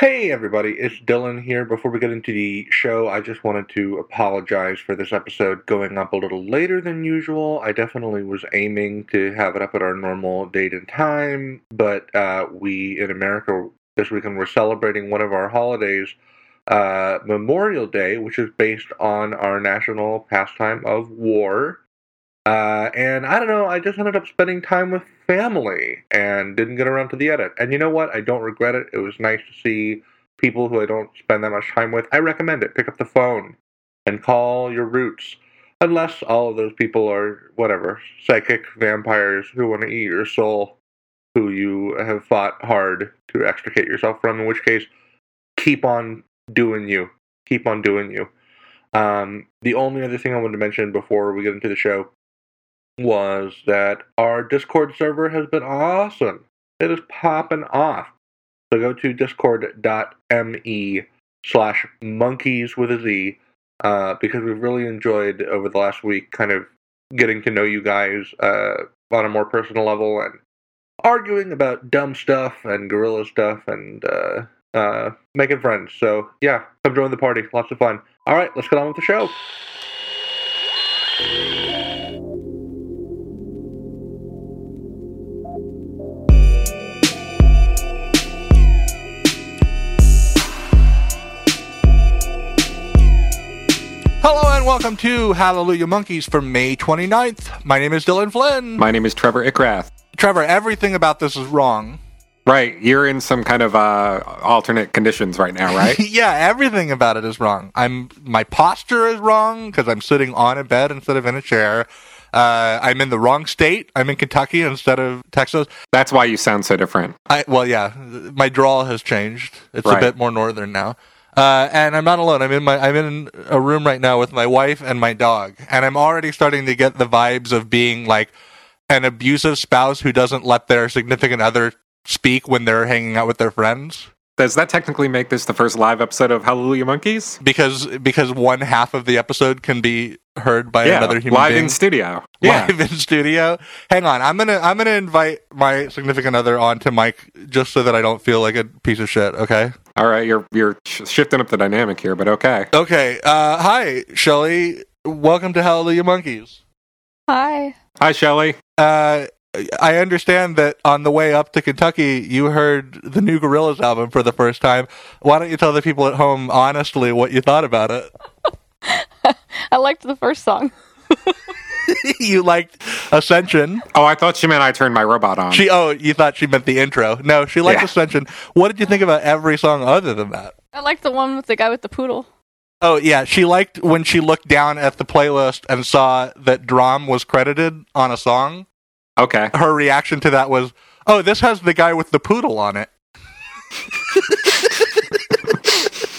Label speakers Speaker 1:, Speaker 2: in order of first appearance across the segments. Speaker 1: Hey everybody, it's Dylan here. Before we get into the show, I just wanted to apologize for this episode going up a little later than usual. I definitely was aiming to have it up at our normal date and time, but uh, we in America this weekend we're celebrating one of our holidays, uh, Memorial Day, which is based on our national pastime of war. Uh, and I don't know, I just ended up spending time with family and didn't get around to the edit. And you know what? I don't regret it. It was nice to see people who I don't spend that much time with. I recommend it. Pick up the phone and call your roots. Unless all of those people are, whatever, psychic vampires who want to eat your soul, who you have fought hard to extricate yourself from, in which case, keep on doing you. Keep on doing you. Um, the only other thing I wanted to mention before we get into the show was that our Discord server has been awesome. It is popping off. So go to discord.me slash monkeys with a Z uh, because we've really enjoyed over the last week kind of getting to know you guys uh, on a more personal level and arguing about dumb stuff and gorilla stuff and uh, uh, making friends. So yeah, come join the party. Lots of fun. All right, let's get on with the show. Hello and welcome to Hallelujah Monkeys for May 29th. My name is Dylan Flynn.
Speaker 2: My name is Trevor Ickrath.
Speaker 1: Trevor, everything about this is wrong.
Speaker 2: Right, you're in some kind of uh, alternate conditions right now, right?
Speaker 1: yeah, everything about it is wrong. I'm my posture is wrong because I'm sitting on a bed instead of in a chair. Uh, I'm in the wrong state. I'm in Kentucky instead of Texas.
Speaker 2: That's why you sound so different.
Speaker 1: I well, yeah, my drawl has changed. It's a
Speaker 2: Right.
Speaker 1: bit more northern now. Uh, and I'm not alone. I'm in my I'm in a room right now with my wife and my dog, and I'm already starting to get the vibes of being like an abusive spouse who doesn't let their significant other speak when they're hanging out with their friends
Speaker 2: Does that technically make this the first live episode of Hallelujah Monkeys?
Speaker 1: because because one half of the episode can be heard by
Speaker 2: yeah,
Speaker 1: another human
Speaker 2: live
Speaker 1: being
Speaker 2: in studio. Yeah,
Speaker 1: live in studio. Hang on, I'm gonna I'm gonna invite my significant other onto mic just so that I don't feel like a piece of shit. Okay.
Speaker 2: all right, you're you're sh- shifting up the dynamic here, but okay.
Speaker 1: Okay. Uh, hi, Shelly. Welcome to Hallelujah Monkeys.
Speaker 3: Hi.
Speaker 2: Hi, Shelley.
Speaker 1: Uh, I understand that on the way up to Kentucky, you heard the new Gorillaz album for the first time. Why don't you tell the people at home honestly what you thought about it?
Speaker 3: I liked the first song.
Speaker 1: you liked Ascension.
Speaker 2: Oh, I thought she meant I turned my robot on.
Speaker 1: She oh, you thought she meant the intro. No, she liked
Speaker 2: Um, Yeah.
Speaker 1: Ascension. What did you think about every song other than that?
Speaker 3: I liked the one with the guy with the poodle.
Speaker 1: Oh yeah, she liked when she looked down at the playlist and saw that Drum was credited on a song.
Speaker 2: okay,
Speaker 1: Her reaction to that was, "Oh, this has the guy with the poodle on it."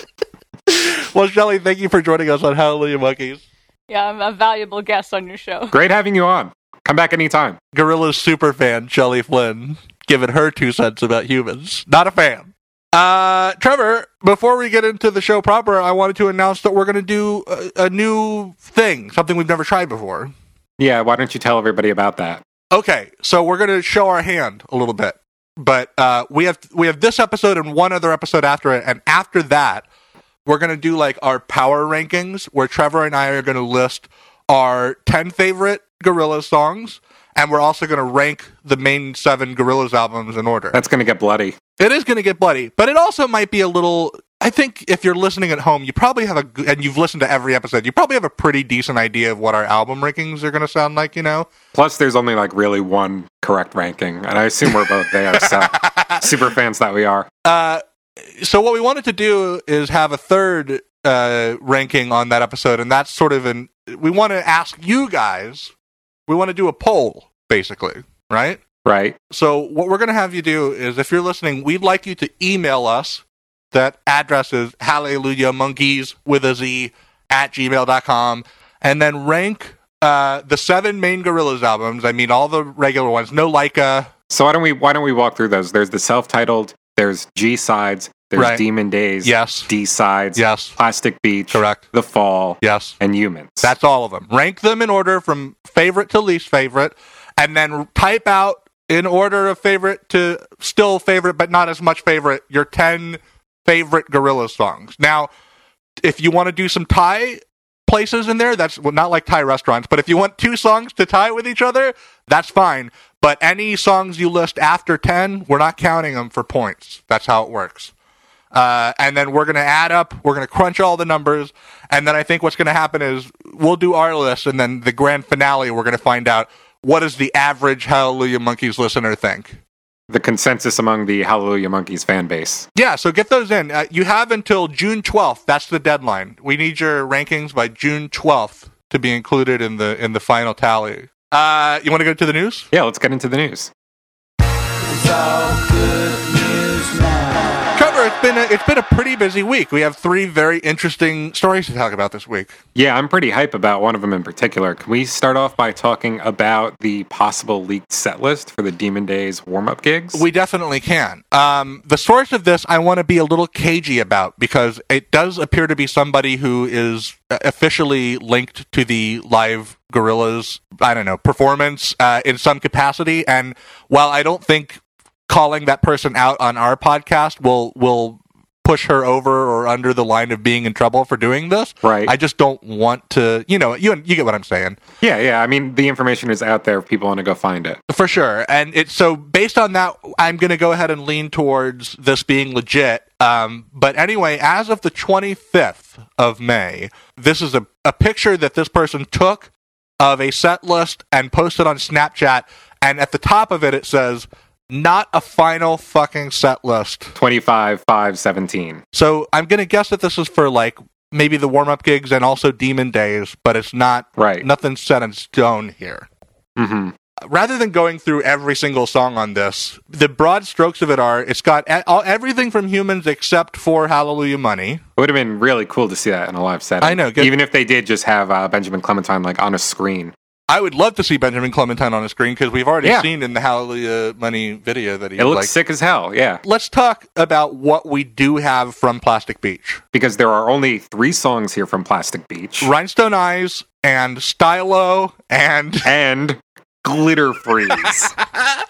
Speaker 1: well, Shelley, thank you for joining us on Hallelujah Monkeys.
Speaker 3: Yeah, I'm a valuable guest on your show.
Speaker 2: great having you on. Come back anytime.
Speaker 1: Gorilla's superfan Shelley Flynn giving her two cents about humans. Not a fan. Uh, Trevor, before we get into the show proper, I wanted to announce that we're going to do a, a new thing, something we've never tried before.
Speaker 2: Yeah, why don't you tell everybody about that?
Speaker 1: Okay, so we're going to show our hand a little bit, but uh, we have we have this episode and one other episode after it, and after that, we're going to do like our power rankings, where Trevor and I are going to list our ten favorite Gorillaz songs, and we're also going to rank the main seven Gorillaz albums in order.
Speaker 2: That's gonna get bloody.
Speaker 1: It is going to get bloody, but it also might be a little. I think if you're listening at home, you probably have a, g- and you've listened to every episode, you probably have a pretty decent idea of what our album rankings are going to sound like, you know?
Speaker 2: Plus, there's only like really one correct ranking, and I assume we're both there. So, super fans that we are.
Speaker 1: Uh, so what we wanted to do is have a third uh, ranking on that episode, and that's sort of an we want to ask you guys. We want to do a poll, basically, right?
Speaker 2: Right.
Speaker 1: So what we're going to have you do is, if you're listening, we'd like you to email us. That address is hallelujah monkeys with a z at gmail.com, and then rank uh, the seven main Gorillaz albums. I mean, all the regular ones, no Leica,
Speaker 2: So why don't we why don't we walk through those? There's the self-titled, there's G sides, there's
Speaker 1: Right.
Speaker 2: Demon Days,
Speaker 1: yes,
Speaker 2: D sides,
Speaker 1: yes,
Speaker 2: Plastic Beach,
Speaker 1: correct,
Speaker 2: The Fall,
Speaker 1: yes.
Speaker 2: and Humans.
Speaker 1: That's all of them. Rank them in order from favorite to least favorite, and then type out in order of favorite to still favorite, but not as much favorite, your 10 favorite Gorilla songs. Now, if you want to do some Thai places in there, that's well, not like Thai restaurants, but if you want two songs to tie with each other, that's fine. But any songs you list after 10, we're not counting them for points. That's how it works. Uh, and then we're going to add up, we're going to crunch all the numbers. And then I think what's going to happen is we'll do our list, and then the grand finale, we're going to find out what does the average Hallelujah Monkeys listener think.
Speaker 2: The consensus among the Hallelujah Monkeys fan base.
Speaker 1: Yeah, so get those in. Uh, you have until June 12th. That's the deadline. We need your rankings by June 12th to be included in the in the final tally. Uh, you want to go to the news?
Speaker 2: Yeah, let's get into the news.
Speaker 1: Trevor, it's been a, it's been a pretty busy week. We have three very interesting stories to talk about this week.
Speaker 2: Yeah, I'm pretty hype about one of them in particular. Can we start off by talking about the possible leaked set list for the Demon Days warm up gigs?
Speaker 1: We definitely can. Um, the source of this, I want to be a little cagey about because it does appear to be somebody who is uh, officially linked to the live gorillas. I don't know performance uh, in some capacity. And while I don't think calling that person out on our podcast will will push her over or under the line of being in trouble for doing this,
Speaker 2: right.
Speaker 1: I just don't want to. You know, you you get what I'm saying.
Speaker 2: yeah, yeah. I mean, the information is out there if people want to go find it.
Speaker 1: For sure. And it's so based on that, I'm going to go ahead and lean towards this being legit. Um, but anyway, as of the 25th of May, this is a, a picture that this person took of a set list and posted on Snapchat. And at the top of it, it says, not a final fucking set list.
Speaker 2: 25, 5, 17.
Speaker 1: So I'm going to guess that this is for like maybe the warm up gigs and also Demon Days, but it's not,
Speaker 2: Right.
Speaker 1: nothing set in stone here
Speaker 2: hmm
Speaker 1: rather than going through every single song on this, the broad strokes of it are it's got e- all, everything from humans except for Hallelujah Money.
Speaker 2: It would have been really cool to see that in a live setting.
Speaker 1: I know, good-
Speaker 2: Even if they did just have uh, Benjamin Clementine like on a screen.
Speaker 1: I would love to see Benjamin Clementine on a screen because we've already
Speaker 2: Yeah.
Speaker 1: seen in the Hallelujah Money video that he
Speaker 2: It looks
Speaker 1: like.
Speaker 2: sick as hell, yeah.
Speaker 1: Let's talk about what we do have from Plastic Beach.
Speaker 2: Because there are only three songs here from Plastic Beach.
Speaker 1: Rhinestone Eyes and Stylo and
Speaker 2: And Glitter Freeze.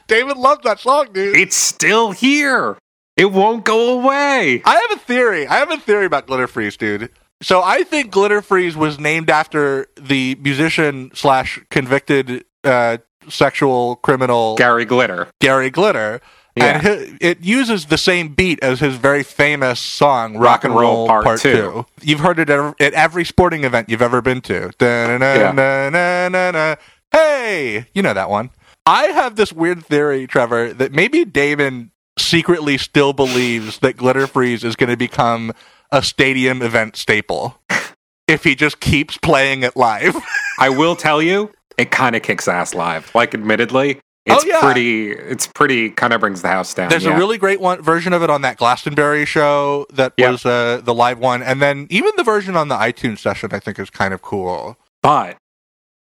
Speaker 1: David loved that song, dude.
Speaker 2: it's still here. It won't go away.
Speaker 1: I have a theory. I have a theory about Glitter Freeze, dude. So I think Glitter Freeze was named after the musician slash convicted uh, sexual criminal
Speaker 2: Gary Glitter.
Speaker 1: Gary Glitter,
Speaker 2: Yeah.
Speaker 1: and hi- it uses the same beat as his very famous song "Rock, and Roll, Part, Two. You've heard it ev- at every sporting event you've ever been to. Da-na-na-na-na-na-na. Hey, you know that one. I have this weird theory, Trevor, that maybe Damon secretly still believes that Glitter Freeze is going to become a stadium event staple if he just keeps playing it live.
Speaker 2: I will tell you, it kind of kicks ass live. Like, admittedly, it's
Speaker 1: Oh, yeah.
Speaker 2: pretty. It's pretty. Kind of brings the house down.
Speaker 1: There's
Speaker 2: yeah.
Speaker 1: a really great one version of it on that Glastonbury show that
Speaker 2: Yep.
Speaker 1: was uh, the live one, and then even the version on the iTunes session I think is kind of cool.
Speaker 2: But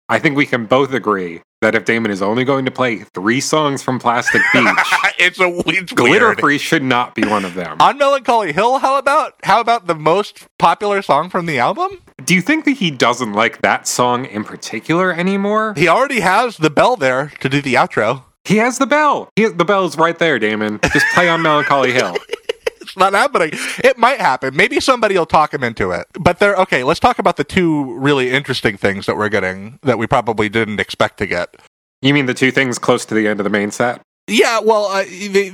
Speaker 2: I think we can both agree that if Damon is only going to play three songs from Plastic Beach,
Speaker 1: it's a it's
Speaker 2: Glitter
Speaker 1: weird.
Speaker 2: Free should not be one of them.
Speaker 1: on Melancholy Hill. How about how about the most popular song from the album?
Speaker 2: Do you think that he doesn't like that song in particular anymore?
Speaker 1: He already has the bell there to do the outro.
Speaker 2: He has the bell. He has, the bell is right there, Damon. Just play on Melancholy Hill.
Speaker 1: It's not happening. It might happen. Maybe somebody will talk him into it. But they're okay. Let's talk about the two really interesting things that we're getting that we probably didn't expect to get.
Speaker 2: You mean the two things close to the end of the main set?
Speaker 1: Yeah, well, uh, they,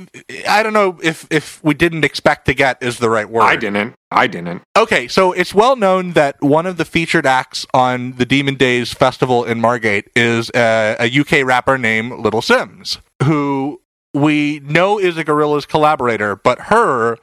Speaker 1: I don't know if if we didn't expect to get is the right word.
Speaker 2: I didn't. I didn't.
Speaker 1: Okay, so it's well known that one of the featured acts on the Demon Days festival in Margate is uh, a, a UK rapper named Little Sims, who we know is a Gorillaz collaborator, but her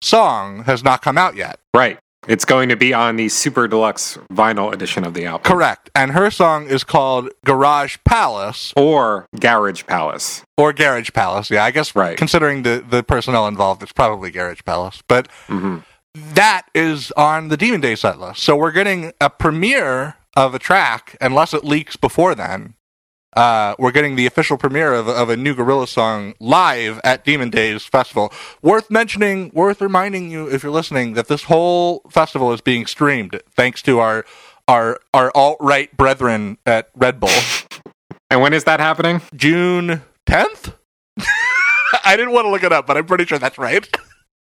Speaker 1: song has not come out yet.
Speaker 2: Right. It's going to be on the super deluxe vinyl edition of the album.
Speaker 1: Correct. And her song is called Garage Palace
Speaker 2: Or Garage Palace.
Speaker 1: or Garage Palace. Yeah, I guess
Speaker 2: Right.
Speaker 1: considering the, the personnel involved, it's probably Garage Palace. But
Speaker 2: hmm
Speaker 1: that is on the Demon Day set list. So we're getting a premiere of a track, unless it leaks before then. Uh, we're getting the official premiere of, of a new Gorilla song live at Demon Days Festival. Worth mentioning, worth reminding you, if you're listening, that this whole festival is being streamed thanks to our our our alt right brethren at Red Bull.
Speaker 2: And when is that happening?
Speaker 1: June 10th. I didn't want to look it up, but I'm pretty sure that's right.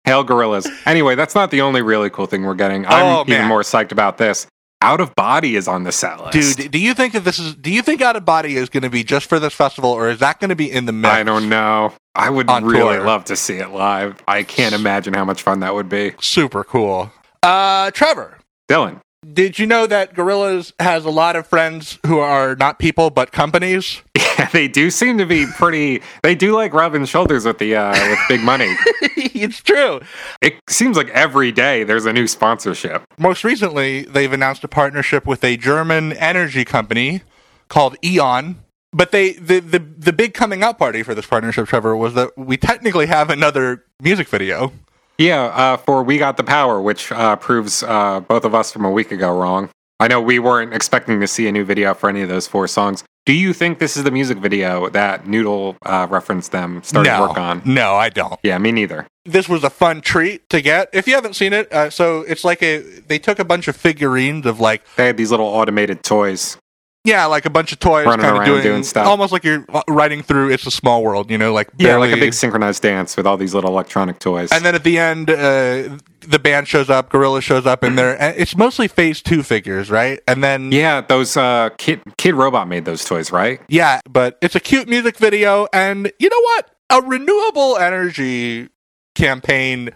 Speaker 2: Hail Gorillas. Anyway, that's not the only really cool thing we're getting. I'm
Speaker 1: Oh,
Speaker 2: even
Speaker 1: man.
Speaker 2: more psyched about this. Out of Body is on the set list.
Speaker 1: Dude, do you think that this is? Do you think Out of Body is going to be just for this festival, or is that going to be in the mix?
Speaker 2: I don't know. I would
Speaker 1: On
Speaker 2: really
Speaker 1: tour.
Speaker 2: love to see it live. I can't imagine how much fun that would be.
Speaker 1: Super cool. Uh, Trevor,
Speaker 2: Dylan,
Speaker 1: did you know that Gorillas has a lot of friends who are not people but companies?
Speaker 2: yeah, they do seem to be pretty. They do like rubbing shoulders with the uh, with big money.
Speaker 1: it's true.
Speaker 2: it seems like every day there's a new sponsorship.
Speaker 1: Most recently, they've announced a partnership with a German energy company called Eon. But they the, the the big coming out party for this partnership, Trevor, was that we technically have another music video.
Speaker 2: Yeah, uh, for We Got the Power, which uh, proves uh, both of us from a week ago wrong. I know we weren't expecting to see a new video for any of those four songs. Do you think this is the music video that Noodle uh, referenced them starting
Speaker 1: no,
Speaker 2: work on?
Speaker 1: no, I don't.
Speaker 2: Yeah, me neither.
Speaker 1: this was a fun treat to get. If you haven't seen it, uh, so it's like a they took a bunch of figurines of like
Speaker 2: They had these little automated toys.
Speaker 1: yeah, like a bunch of toys,
Speaker 2: Running
Speaker 1: kind of
Speaker 2: around
Speaker 1: doing,
Speaker 2: doing stuff.
Speaker 1: almost like you're uh, riding through. It's a small world, you know, like
Speaker 2: Yeah,
Speaker 1: barely.
Speaker 2: like a big synchronized dance with all these little electronic toys.
Speaker 1: And then at the end, uh, the band shows up, Gorilla shows up in there. And it's mostly Phase Two figures, right? And then
Speaker 2: yeah, those uh, kid Kid Robot made those toys, right?
Speaker 1: yeah, but it's a cute music video, and you know what? A renewable energy campaign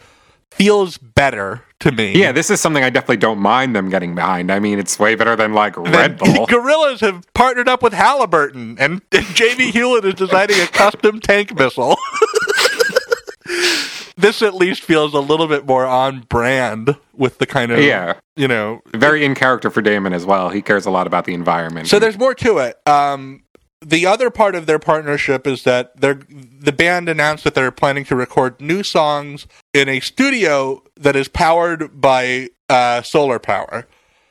Speaker 1: feels better to me.
Speaker 2: Yeah, this is something I definitely don't mind them getting behind. I mean, it's way better than like Red
Speaker 1: Then
Speaker 2: Bull.
Speaker 1: Gorillas have partnered up with Halliburton, and, and J.B. Hewlett is designing a custom tank missile. this at least feels a little bit more on brand with the kind of,
Speaker 2: Yeah,
Speaker 1: you know.
Speaker 2: very in character for Damon as well. He cares a lot about the environment.
Speaker 1: So there's more to it. Um, the other part of their partnership is that they're, the band announced that they're planning to record new songs in a studio that is powered by uh, solar power.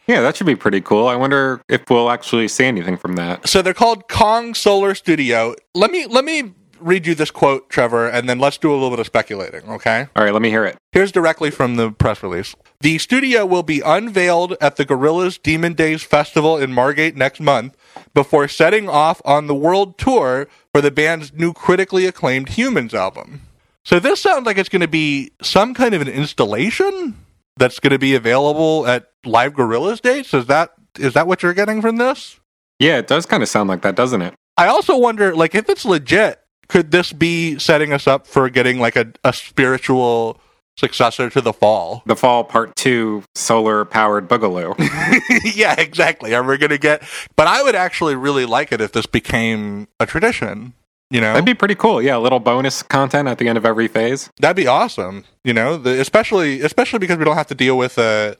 Speaker 2: yeah, that should be pretty cool. I wonder if we'll actually see anything from that.
Speaker 1: So they're called Kong Solar Studio. Let me let me read you this quote, Trevor, and then let's do a little bit of speculating, okay?
Speaker 2: All right, let me hear it.
Speaker 1: Here's directly from the press release. The studio will be unveiled at the Gorillas Demon Days Festival in Margate next month before setting off on the world tour for the band's new critically acclaimed Humans album. So this sounds like it's going to be some kind of an installation that's going to be available at live Gorillas dates. Is that is that what you're getting from this?
Speaker 2: Yeah, it does kind of sound like that, doesn't it?
Speaker 1: I also wonder, like, if it's legit, could this be setting us up for getting like a, a spiritual successor to the fall?
Speaker 2: The Fall Part Two, solar powered Boogaloo.
Speaker 1: yeah, exactly. Are we gonna get? But I would actually really like it if this became a tradition. You know,
Speaker 2: That'd be pretty cool. Yeah, a little bonus content at the end of every phase.
Speaker 1: that'd be awesome. You know, the, especially especially because we don't have to deal with uh,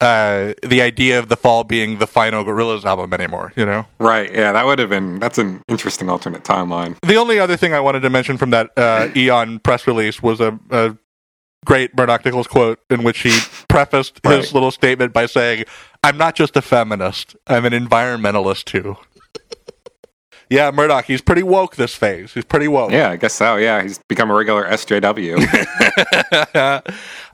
Speaker 1: uh, the idea of the fall being the final Gorillaz album anymore. You know.
Speaker 2: Right. Yeah, that would have been. That's an interesting alternate timeline.
Speaker 1: The only other thing I wanted to mention from that uh, Eon press release was a, a great Murdoch Nichols quote in which he prefaced his
Speaker 2: Right.
Speaker 1: little statement by saying, I'm not just a feminist, I'm an environmentalist too. yeah, Murdoch, he's pretty woke this phase. He's pretty woke.
Speaker 2: Yeah, I guess so. Yeah, he's become a regular SJW.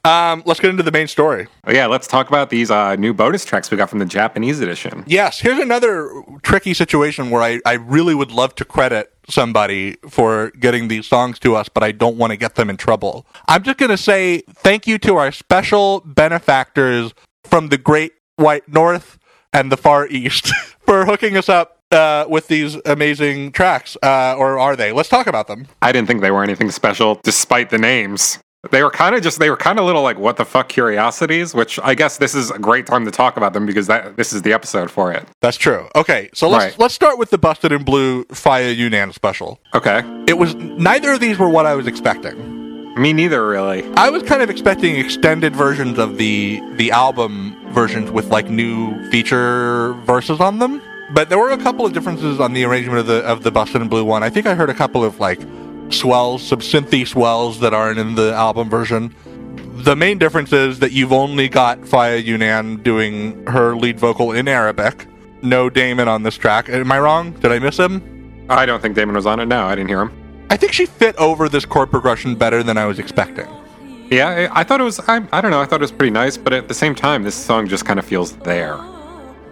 Speaker 1: um, let's get into the main story.
Speaker 2: yeah, let's talk about these uh, new bonus tracks we got from the Japanese edition.
Speaker 1: Yes, here's another tricky situation where I, I really would love to credit somebody for getting these songs to us, but I don't want to get them in trouble. I'm just going to say thank you to our special benefactors from the Great White North and the Far East for hooking us up uh, with these amazing tracks. Uh, or are they? Let's talk about them.
Speaker 2: I didn't think they were anything special, despite the names. They were kind of just they were kind of little like what the fuck curiosities, which I guess this is a great time to talk about them because that this is the episode for it.
Speaker 1: That's true. Okay, so let's
Speaker 2: Right.
Speaker 1: let's start with the Busted in Blue Fire Yunnan special.
Speaker 2: Okay,
Speaker 1: It was neither of these were what I was expecting.
Speaker 2: me neither really.
Speaker 1: I was kind of expecting extended versions of the the album versions with like new feature verses on them, but there were a couple of differences on the arrangement of the of the Boston and Blue one. I think I heard a couple of like swells, some synthy swells that aren't in the album version. The main difference is that you've only got Faya Yunan doing her lead vocal in Arabic. No Damon on this track. Am I wrong? Did I miss him?
Speaker 2: I don't think Damon was on it. No, I didn't hear him.
Speaker 1: I think she fit over this chord progression better than I was expecting.
Speaker 2: Yeah, I, I thought it was. I, I don't know. I thought it was pretty nice, but at the same time, this song just kind of feels there.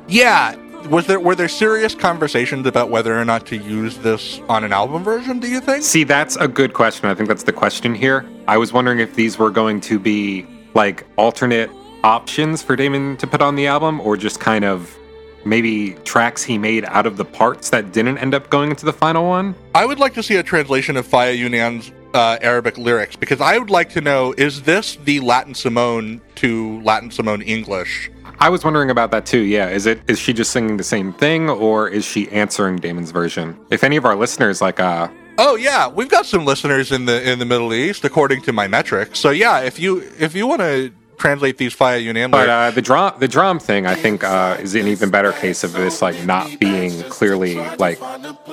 Speaker 1: Yeah. Was there were there serious conversations about whether or not to use this on an album version? Do you think?
Speaker 2: See, that's a good question. I think that's the question here. I was wondering if these were going to be like alternate options for Damon to put on the album or just kind of maybe tracks he made out of the parts that didn't end up going into the final one.
Speaker 1: I would like to see a translation of Faya Yunan's uh, Arabic lyrics because I would like to know is this the Latin Simone to Latin Simone English?
Speaker 2: I was wondering about that too. Yeah, is it is she just singing the same thing or is she answering Damon's version? If any of our listeners like uh
Speaker 1: Oh yeah, we've got some listeners in the in the Middle East according to my metrics. So yeah, if you if you want to translate these Faya Yunan
Speaker 2: but
Speaker 1: lyrics,
Speaker 2: uh, the drum the drum thing I think uh, is an even better case of this like not being clearly like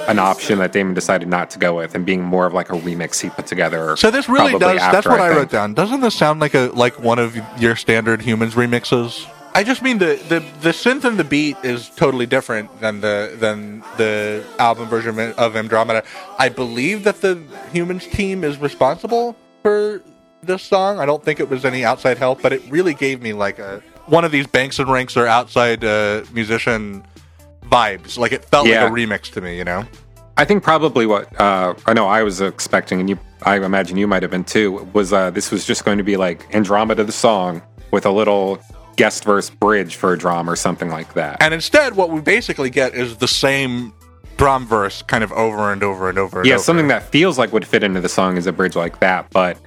Speaker 2: an option that Damon decided not to go with and being more of like a remix he put together.
Speaker 1: so this really
Speaker 2: probably
Speaker 1: does.
Speaker 2: after,
Speaker 1: that's what I,
Speaker 2: think.
Speaker 1: wrote down. Doesn't this sound like a like one of your standard humans remixes? I just mean the, the the synth and the beat is totally different than the than the album version of Andromeda. I believe that the humans team is responsible for this song. I don't think it was any outside help, but it really gave me like a one of these banks and ranks or outside uh, musician vibes. Like it felt
Speaker 2: Yeah.
Speaker 1: like a remix to me, you know.
Speaker 2: I think probably what uh, I know I was expecting, and you, I imagine you might have been too, was uh, this was just going to be like Andromeda the song with a little guest verse bridge for a drum or something like that.
Speaker 1: And instead, what we basically get is the same drum verse kind of over and over and over. And
Speaker 2: yeah,
Speaker 1: over.
Speaker 2: something that feels like would fit into the song is a bridge like that, but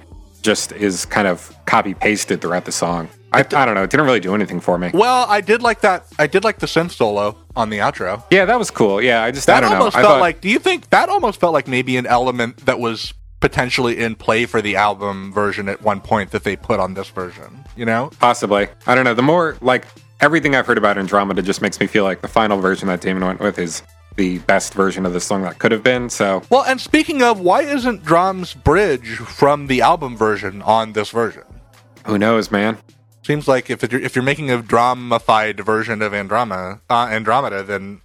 Speaker 2: just is kind of copy pasted throughout the song. I, I don't know. It didn't really do anything for me.
Speaker 1: Well, I did like that. I did like the synth solo on the outro.
Speaker 2: Yeah, that was cool. Yeah, I just I
Speaker 1: That
Speaker 2: don't know.
Speaker 1: almost
Speaker 2: I
Speaker 1: felt
Speaker 2: thought-
Speaker 1: like. Do you think that almost felt like maybe an element that was potentially in play for the album version at one point that they put on this version? You know?
Speaker 2: Possibly. I don't know. The more like everything I've heard about Andromeda just makes me feel like the final version that Damon went with is the best version of the song that could have been. So
Speaker 1: Well, and speaking of, why isn't drums bridge from the album version on this version?
Speaker 2: who knows, man?
Speaker 1: Seems like if it, if you're making a dramified version of Andromeda, uh, Andromeda, then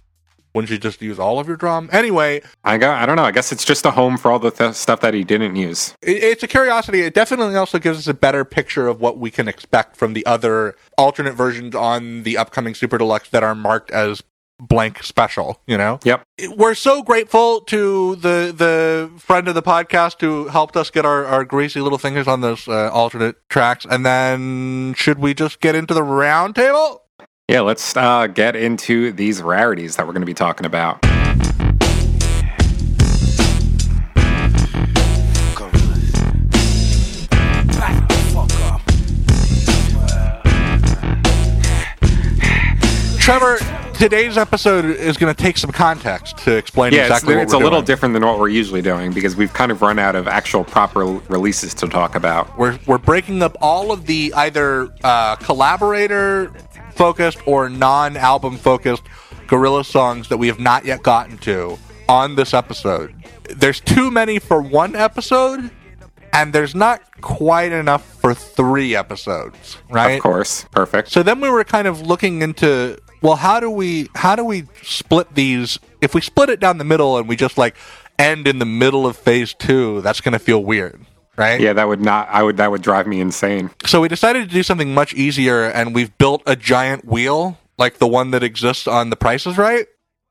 Speaker 1: wouldn't you just use all of your drum? Anyway,
Speaker 2: I got. I don't know. I guess it's just a home for all the th- stuff that he didn't use.
Speaker 1: it, it's a curiosity. It definitely also gives us a better picture of what we can expect from the other alternate versions on the upcoming Super Deluxe that are marked as blank special. You know,
Speaker 2: Yep.
Speaker 1: we're so grateful to the the friend of the podcast who helped us get our, our greasy little fingers on those uh, alternate tracks. And then, should we just get into the round table?
Speaker 2: Yeah. Let's uh, get into these rarities that we're going to be talking about.
Speaker 4: Gorillas. Back the fuck up.
Speaker 1: Trevor, today's episode is going to take some context to explain
Speaker 2: Yeah,
Speaker 1: exactly
Speaker 2: it's,
Speaker 1: what
Speaker 2: it's a
Speaker 1: we're
Speaker 2: little
Speaker 1: doing.
Speaker 2: different than what we're usually doing because we've kind of run out of actual proper l- releases to talk about.
Speaker 1: We're we're breaking up all of the either uh, collaborator focused or non album focused gorilla songs that we have not yet gotten to on this episode. There's too many for one episode, and there's not quite enough for three episodes, right?
Speaker 2: Of course, perfect.
Speaker 1: So then we were kind of looking into well, how do we how do we split these? If we split it down the middle and we just like end in the middle of phase two, that's going to feel weird, right?
Speaker 2: Yeah, that would not. I would. That would drive me insane.
Speaker 1: So we decided to do something much easier, and we've built a giant wheel like the one that exists on The Price is Right.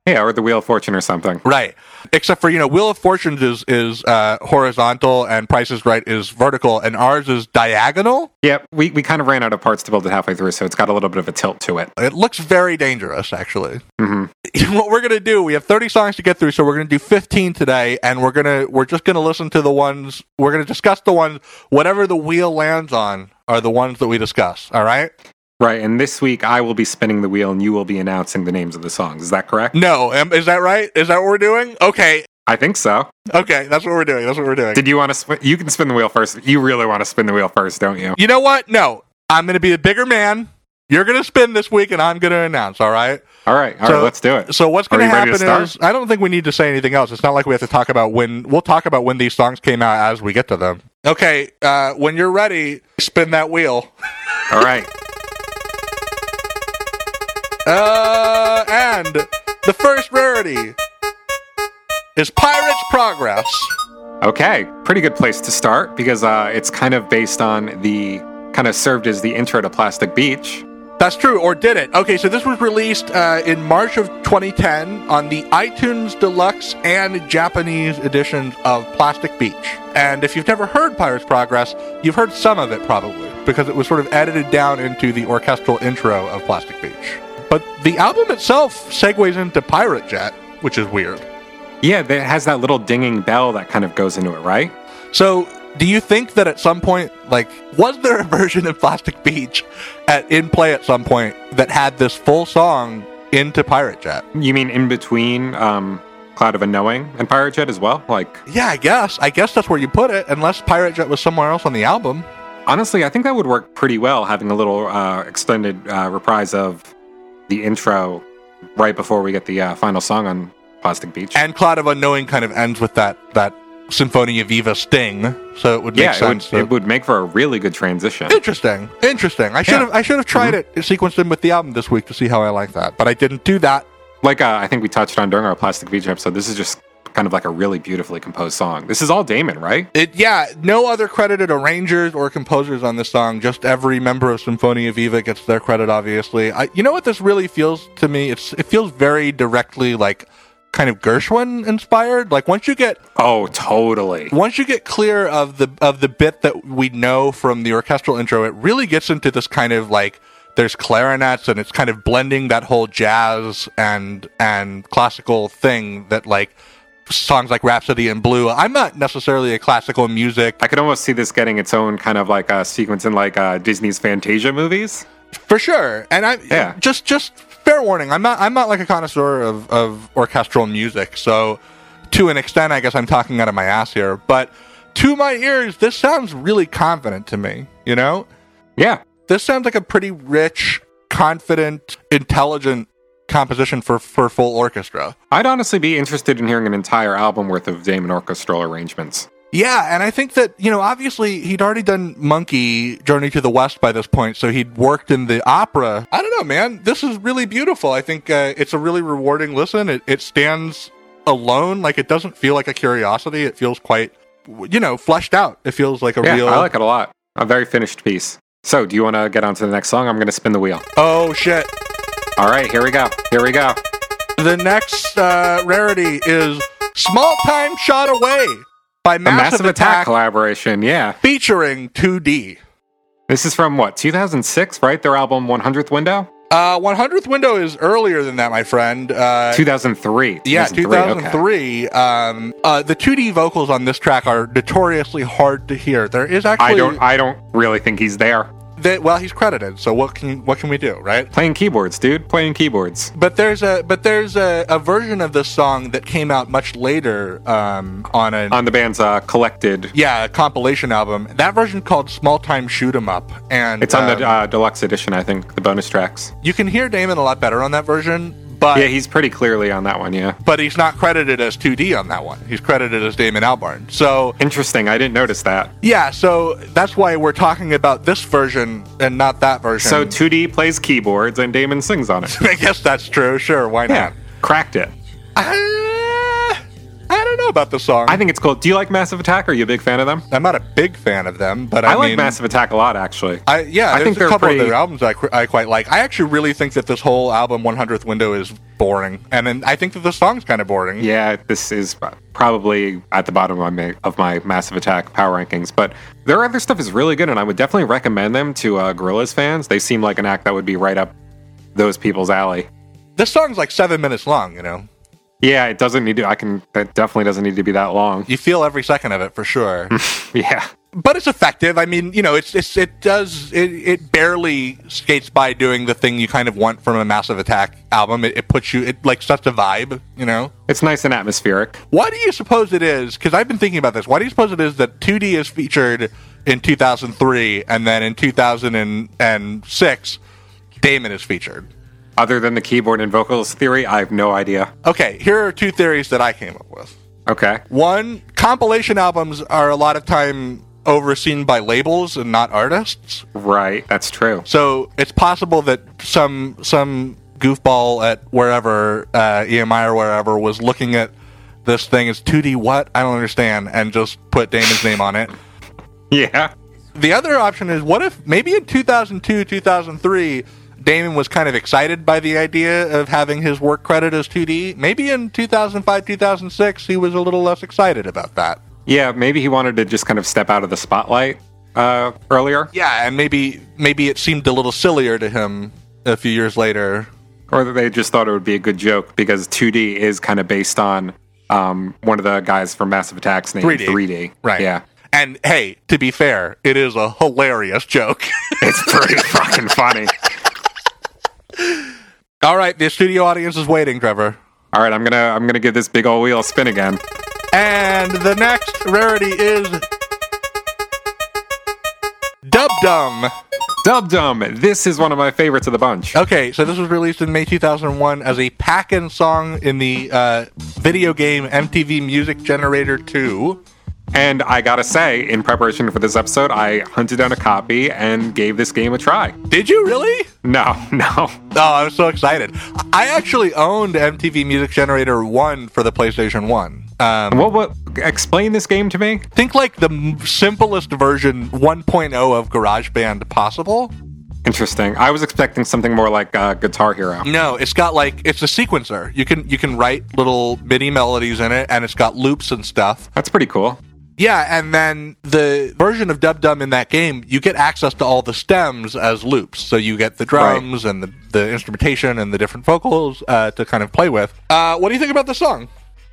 Speaker 2: Yeah, or the Wheel of Fortune or something.
Speaker 1: Right. Except for you know, Wheel of Fortunes is is uh, horizontal, and Price is Right is vertical, and ours is diagonal.
Speaker 2: Yeah, we, we kind of ran out of parts to build it halfway through, so it's got a little bit of a tilt to it.
Speaker 1: It looks very dangerous, actually.
Speaker 2: hmm
Speaker 1: what we're gonna do? We have thirty songs to get through, so we're gonna do fifteen today, and we're gonna we're just gonna listen to the ones we're gonna discuss the ones whatever the wheel lands on are the ones that we discuss. All right.
Speaker 2: Right, and this week I will be spinning the wheel and you will be announcing the names of the songs. Is that correct?
Speaker 1: No, am, is that right? Is that what we're doing? Okay,
Speaker 2: I think so.
Speaker 1: Okay, that's what we're doing. That's what we're doing.
Speaker 2: Did you want to spin? You can spin the wheel first. You really want to spin the wheel first, don't you?
Speaker 1: you know what? No, I'm going to be the bigger man. You're going to spin this week, and I'm going to announce. All right.
Speaker 2: All right, all
Speaker 1: So-
Speaker 2: right, let's do it.
Speaker 1: So what's
Speaker 2: Are
Speaker 1: going to
Speaker 2: you ready
Speaker 1: happen
Speaker 2: to
Speaker 1: is I don't think we need to say anything else. It's not like we have to talk about when we'll talk about when these songs came out as we get to them. Okay, uh, when you're ready, spin that wheel.
Speaker 2: All right.
Speaker 1: Uh, and the first rarity is Pirates Progress.
Speaker 2: Okay, pretty good place to start because uh, it's kind of based on the kind of served as the intro to Plastic Beach.
Speaker 1: That's true, or did it? Okay, so this was released uh, in March of 2010 on the iTunes Deluxe and Japanese editions of Plastic Beach. And if you've never heard Pirates Progress, you've heard some of it probably, because it was sort of edited down into the orchestral intro of Plastic Beach. But the album itself segues into Pirate Jet, which is weird.
Speaker 2: Yeah, it has that little dinging bell that kind of goes into it, right?
Speaker 1: So, do you think that at some point, like, was there a version of Plastic Beach at in play at some point that had this full song into Pirate Jet?
Speaker 2: You mean in between um, Cloud of Unknowing and Pirate Jet as well? Like,
Speaker 1: Yeah, I guess. I guess that's where you put it, unless Pirate Jet was somewhere else on the album.
Speaker 2: honestly, I think that would work pretty well having a little uh, extended uh, reprise of the intro right before we get the uh, final song on Plastic Beach.
Speaker 1: And Cloud of Unknowing kind of ends with that that Symphonia Viva sting, so it would make
Speaker 2: yeah, it would,
Speaker 1: sense. to-
Speaker 2: it would make for a really good transition.
Speaker 1: Interesting, interesting. I should have I should have tried
Speaker 2: Mm-hmm.
Speaker 1: it sequenced in with the album this week to see how I like that, but I didn't do that.
Speaker 2: like uh, I think we touched on during our Plastic Beach episode, this is just kind of like a really beautifully composed song. This is all Damon, right?
Speaker 1: It yeah, no other credited arrangers or composers on this song. Just every member of Symphonia Viva gets their credit. Obviously, I, you know what this really feels to me. It's it feels very directly like kind of Gershwin inspired. Like once you get
Speaker 2: Oh, totally.
Speaker 1: once you get clear of the of the bit that we know from the orchestral intro, it really gets into this kind of like there's clarinets and it's kind of blending that whole jazz and and classical thing that like songs like Rhapsody in Blue. I'm not necessarily a classical music
Speaker 2: I could almost see this getting its own kind of like a sequence in like uh, Disney's Fantasia movies.
Speaker 1: for sure. And I
Speaker 2: Yeah.
Speaker 1: just just fair warning, I'm not I'm not like a connoisseur of, of orchestral music, so to an extent I guess I'm talking out of my ass here. But to my ears, this sounds really confident to me, you know?
Speaker 2: Yeah,
Speaker 1: this sounds like a pretty rich, confident, intelligent composition for for full orchestra.
Speaker 2: I'd honestly be interested in hearing an entire album worth of Damon orchestral arrangements.
Speaker 1: Yeah, and I think that, you know, obviously he'd already done Monkey Journey to the West by this point, so he'd worked in the opera. I don't know, man. This is really beautiful. I think uh, it's a really rewarding listen. It, it stands alone. Like, it doesn't feel like a curiosity. It feels quite, you know, fleshed out. It feels like a
Speaker 2: Yeah,
Speaker 1: real.
Speaker 2: I like it a lot. A very finished piece. So, do you want to get on to the next song? I'm going to spin the wheel.
Speaker 1: oh, shit.
Speaker 2: All right, here we go. Here we go.
Speaker 1: The next uh, rarity is Small Time Shot Away by
Speaker 2: The
Speaker 1: Massive,
Speaker 2: Massive, Attack.
Speaker 1: Attack,
Speaker 2: collaboration. Yeah.
Speaker 1: featuring 2D.
Speaker 2: This is from what, 2006, right? Their album 100th Window?
Speaker 1: Uh, 100th Window is earlier than that, my friend. Uh,
Speaker 2: 2003.
Speaker 1: yeah,
Speaker 2: 2003. okay.
Speaker 1: 2003. Um, uh, the 2D vocals on this track are notoriously hard to hear. There is actually
Speaker 2: I don't I don't really think he's there.
Speaker 1: they- well, he's credited, so what can what can we do, right?
Speaker 2: Playing keyboards, dude. Playing keyboards.
Speaker 1: But there's a but there's a, a version of this song that came out much later um, on an
Speaker 2: On the band's uh, collected.
Speaker 1: yeah, a compilation album. That version called Small Time Shoot 'em Up, and
Speaker 2: It's on the
Speaker 1: um,
Speaker 2: uh, deluxe edition, I think, the bonus tracks.
Speaker 1: you can hear Damon a lot better on that version, but
Speaker 2: Yeah, he's pretty clearly on that one, yeah.
Speaker 1: but he's not credited as 2D on that one. He's credited as Damon Albarn. So
Speaker 2: Interesting. I didn't notice that.
Speaker 1: yeah, so that's why we're talking about this version and not that version.
Speaker 2: So 2D plays keyboards and Damon sings on it.
Speaker 1: I guess that's true. Sure, why
Speaker 2: Yeah.
Speaker 1: not?
Speaker 2: Cracked it.
Speaker 1: I, I don't know about the song.
Speaker 2: I think it's cool. Do you like Massive Attack? Are you a big fan of them?
Speaker 1: I'm not a big fan of them, but I,
Speaker 2: I, like
Speaker 1: mean,
Speaker 2: Massive Attack a lot, actually.
Speaker 1: I, yeah,
Speaker 2: I
Speaker 1: there's
Speaker 2: think
Speaker 1: a
Speaker 2: they're
Speaker 1: couple of
Speaker 2: pretty-
Speaker 1: their albums I, qu- I quite like. I actually really think that this whole album, 100th Window, is boring, and then I think that the song's kind of boring.
Speaker 2: Yeah, this is probably at the bottom of my of my Massive Attack power rankings, but their other stuff is really good, and I would definitely recommend them to uh, Gorillaz fans. They seem like an act that would be right up those people's alley.
Speaker 1: This song's like seven minutes long. You know,
Speaker 2: Yeah, it doesn't need to. I can. That definitely doesn't need to be that long.
Speaker 1: you feel every second of it for sure.
Speaker 2: Hmm. Yeah,
Speaker 1: but it's effective. I mean, you know, it's, it's it does it, it barely skates by doing the thing you kind of want from a Massive Attack album. It, it puts you it like sets a vibe, you know.
Speaker 2: it's nice and atmospheric.
Speaker 1: Why do you suppose it is? Because I've been thinking about this. Why do you suppose it is that 2D is featured in 2003 and then in 2006 Damon is featured?
Speaker 2: Other than the keyboard and vocals theory, I have no idea.
Speaker 1: Okay, here are two theories that I came up with.
Speaker 2: Okay,
Speaker 1: One, compilation albums are a lot of time overseen by labels and not artists.
Speaker 2: right, that's true.
Speaker 1: So it's possible that some some goofball at wherever uh, EMI or wherever was looking at this thing as 2D what I don't understand and just put Damon's name on it.
Speaker 2: Yeah,
Speaker 1: The other option is what if maybe in 2002 2003 Damon was kind of excited by the idea of having his work credit as 2D. Maybe in 2005, 2006, he was a little less excited about that.
Speaker 2: Yeah, maybe he wanted to just kind of step out of the spotlight uh, earlier,
Speaker 1: Yeah, and maybe maybe it seemed a little sillier to him a few years later.
Speaker 2: or that they just thought it would be a good joke because 2D is kind of based on um, one of the guys from Massive Attack's name
Speaker 1: 3D.
Speaker 2: 3D.
Speaker 1: Right.
Speaker 2: Yeah.
Speaker 1: And hey, to be fair, it is a hilarious joke.
Speaker 2: It's pretty fucking funny.
Speaker 1: All right, the studio audience is waiting, Trevor.
Speaker 2: All right, I'm gonna I'm gonna give this big old wheel a spin again.
Speaker 1: And the next rarity is Dub Dum.
Speaker 2: Dub Dum. This is one of my favorites of the bunch.
Speaker 1: Okay, so this was released in May 2001 as a pack-in song in the uh, video game MTV Music Generator 2.
Speaker 2: And I gotta say, in preparation for this episode, I hunted down a copy and gave this game a try.
Speaker 1: Did you really?
Speaker 2: No, no.
Speaker 1: Oh, I'm so excited. I actually owned MTV Music Generator 1 for the PlayStation 1. Um,
Speaker 2: What? What? Explain this game to me.
Speaker 1: think like the m- simplest version 1.0 of GarageBand possible.
Speaker 2: Interesting. I was expecting something more like uh, Guitar Hero.
Speaker 1: No, it's got like it's a sequencer. You can you can write little mini melodies in it and it's got loops and stuff.
Speaker 2: That's pretty cool.
Speaker 1: Yeah, and then the version of Dub Dum in that game, you get access to all the stems as loops. So you get the drums and the, the instrumentation and the different vocals uh, to kind of play with. Uh, what do you think about the song?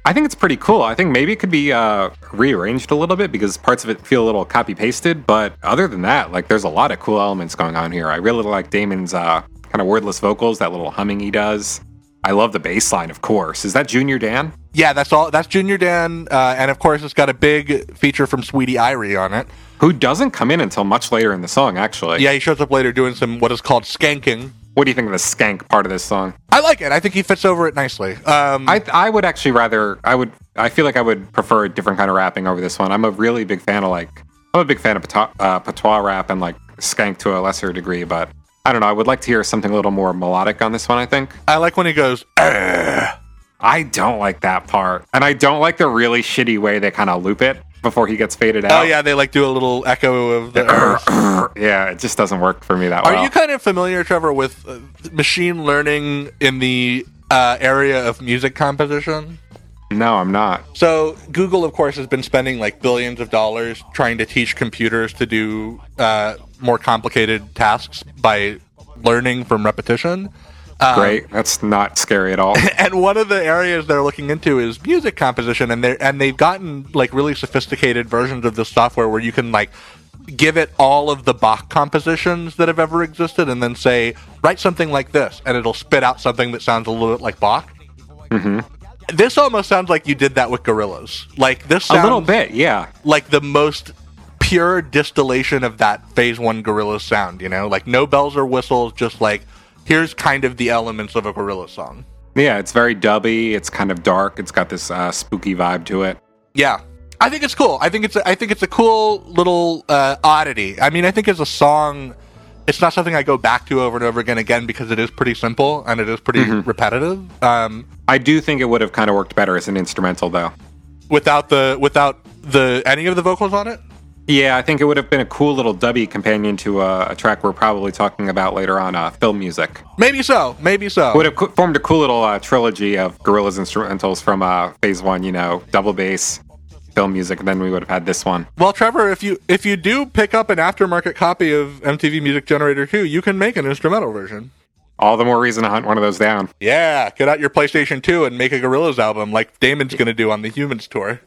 Speaker 2: I think it's pretty cool. I think maybe it could be uh, rearranged a little bit because parts of it feel a little copy pasted. But other than that, like there's a lot of cool elements going on here. I really like Damon's uh, kind of wordless vocals, that little humming he does. I love the bass line, of course. Is that Junior Dan?
Speaker 1: Yeah, that's all. That's Junior Dan, uh, and of course, it's got a big feature from Sweetie Irie on it.
Speaker 2: Who doesn't come in until much later in the song, actually.
Speaker 1: Yeah, he shows up later doing some what is called skanking.
Speaker 2: What do you think of the skank part of this song?
Speaker 1: I like it. I think he fits over it nicely. Um,
Speaker 2: I I would actually rather I would I feel like I would prefer a different kind of rapping over this one. I'm a really big fan of like I'm a big fan of patois, uh, patois rap and like skank to a lesser degree, but I don't know. I would like to hear something a little more melodic on this one. I think
Speaker 1: I like when he goes. "Eh."
Speaker 2: I don't like that part, and I don't like the really shitty way they kind of loop it before he gets faded
Speaker 1: Oh
Speaker 2: out.
Speaker 1: yeah, they like do a little echo of the.
Speaker 2: yeah, it just doesn't work for me that
Speaker 1: Are
Speaker 2: well.
Speaker 1: you kind of familiar, Trevor, with uh, machine learning in the uh, area of music composition?
Speaker 2: no, I'm not.
Speaker 1: So Google, of course, has been spending like billions of dollars trying to teach computers to do uh, more complicated tasks by learning from repetition. Um,
Speaker 2: Great, that's not scary at all.
Speaker 1: And one of the areas they're looking into is music composition, and they and they've gotten like really sophisticated versions of this software where you can like give it all of the Bach compositions that have ever existed, and then say write something like this, and it'll spit out something that sounds a little bit like Bach.
Speaker 2: Mm-hmm.
Speaker 1: This almost sounds like you did that with Gorillas. Like this sounds
Speaker 2: a little bit, yeah.
Speaker 1: like the most pure distillation of that phase one gorilla sound. You know, like no bells or whistles, just like here's kind of the elements of a gorilla song.
Speaker 2: Yeah, it's very dubby. It's kind of dark. It's got this uh, spooky vibe to it.
Speaker 1: Yeah. I think it's cool. I think it's a, I think it's a cool little uh, oddity. I mean, I think as a song, it's not something I go back to over and over again again because it is pretty simple and it is pretty repetitive. Um,
Speaker 2: I do think it would have kind of worked better as an instrumental, though.
Speaker 1: without the without the any of the vocals on it.
Speaker 2: Yeah, I think it would have been a cool little dubby companion to uh, a track we're probably talking about later on, uh, film music.
Speaker 1: Maybe so. Maybe so.
Speaker 2: Would have co- formed a cool little uh, trilogy of Gorillaz instrumentals from uh, Phase One. You know, double bass, film music, and then we would have had this one.
Speaker 1: well, Trevor, if you if you do pick up an aftermarket copy of MTV Music Generator 2, you can make an instrumental version.
Speaker 2: All the more reason to hunt one of those down.
Speaker 1: Yeah, get out your PlayStation 2 and make a Gorillaz album like Damon's going to do on the Humans tour.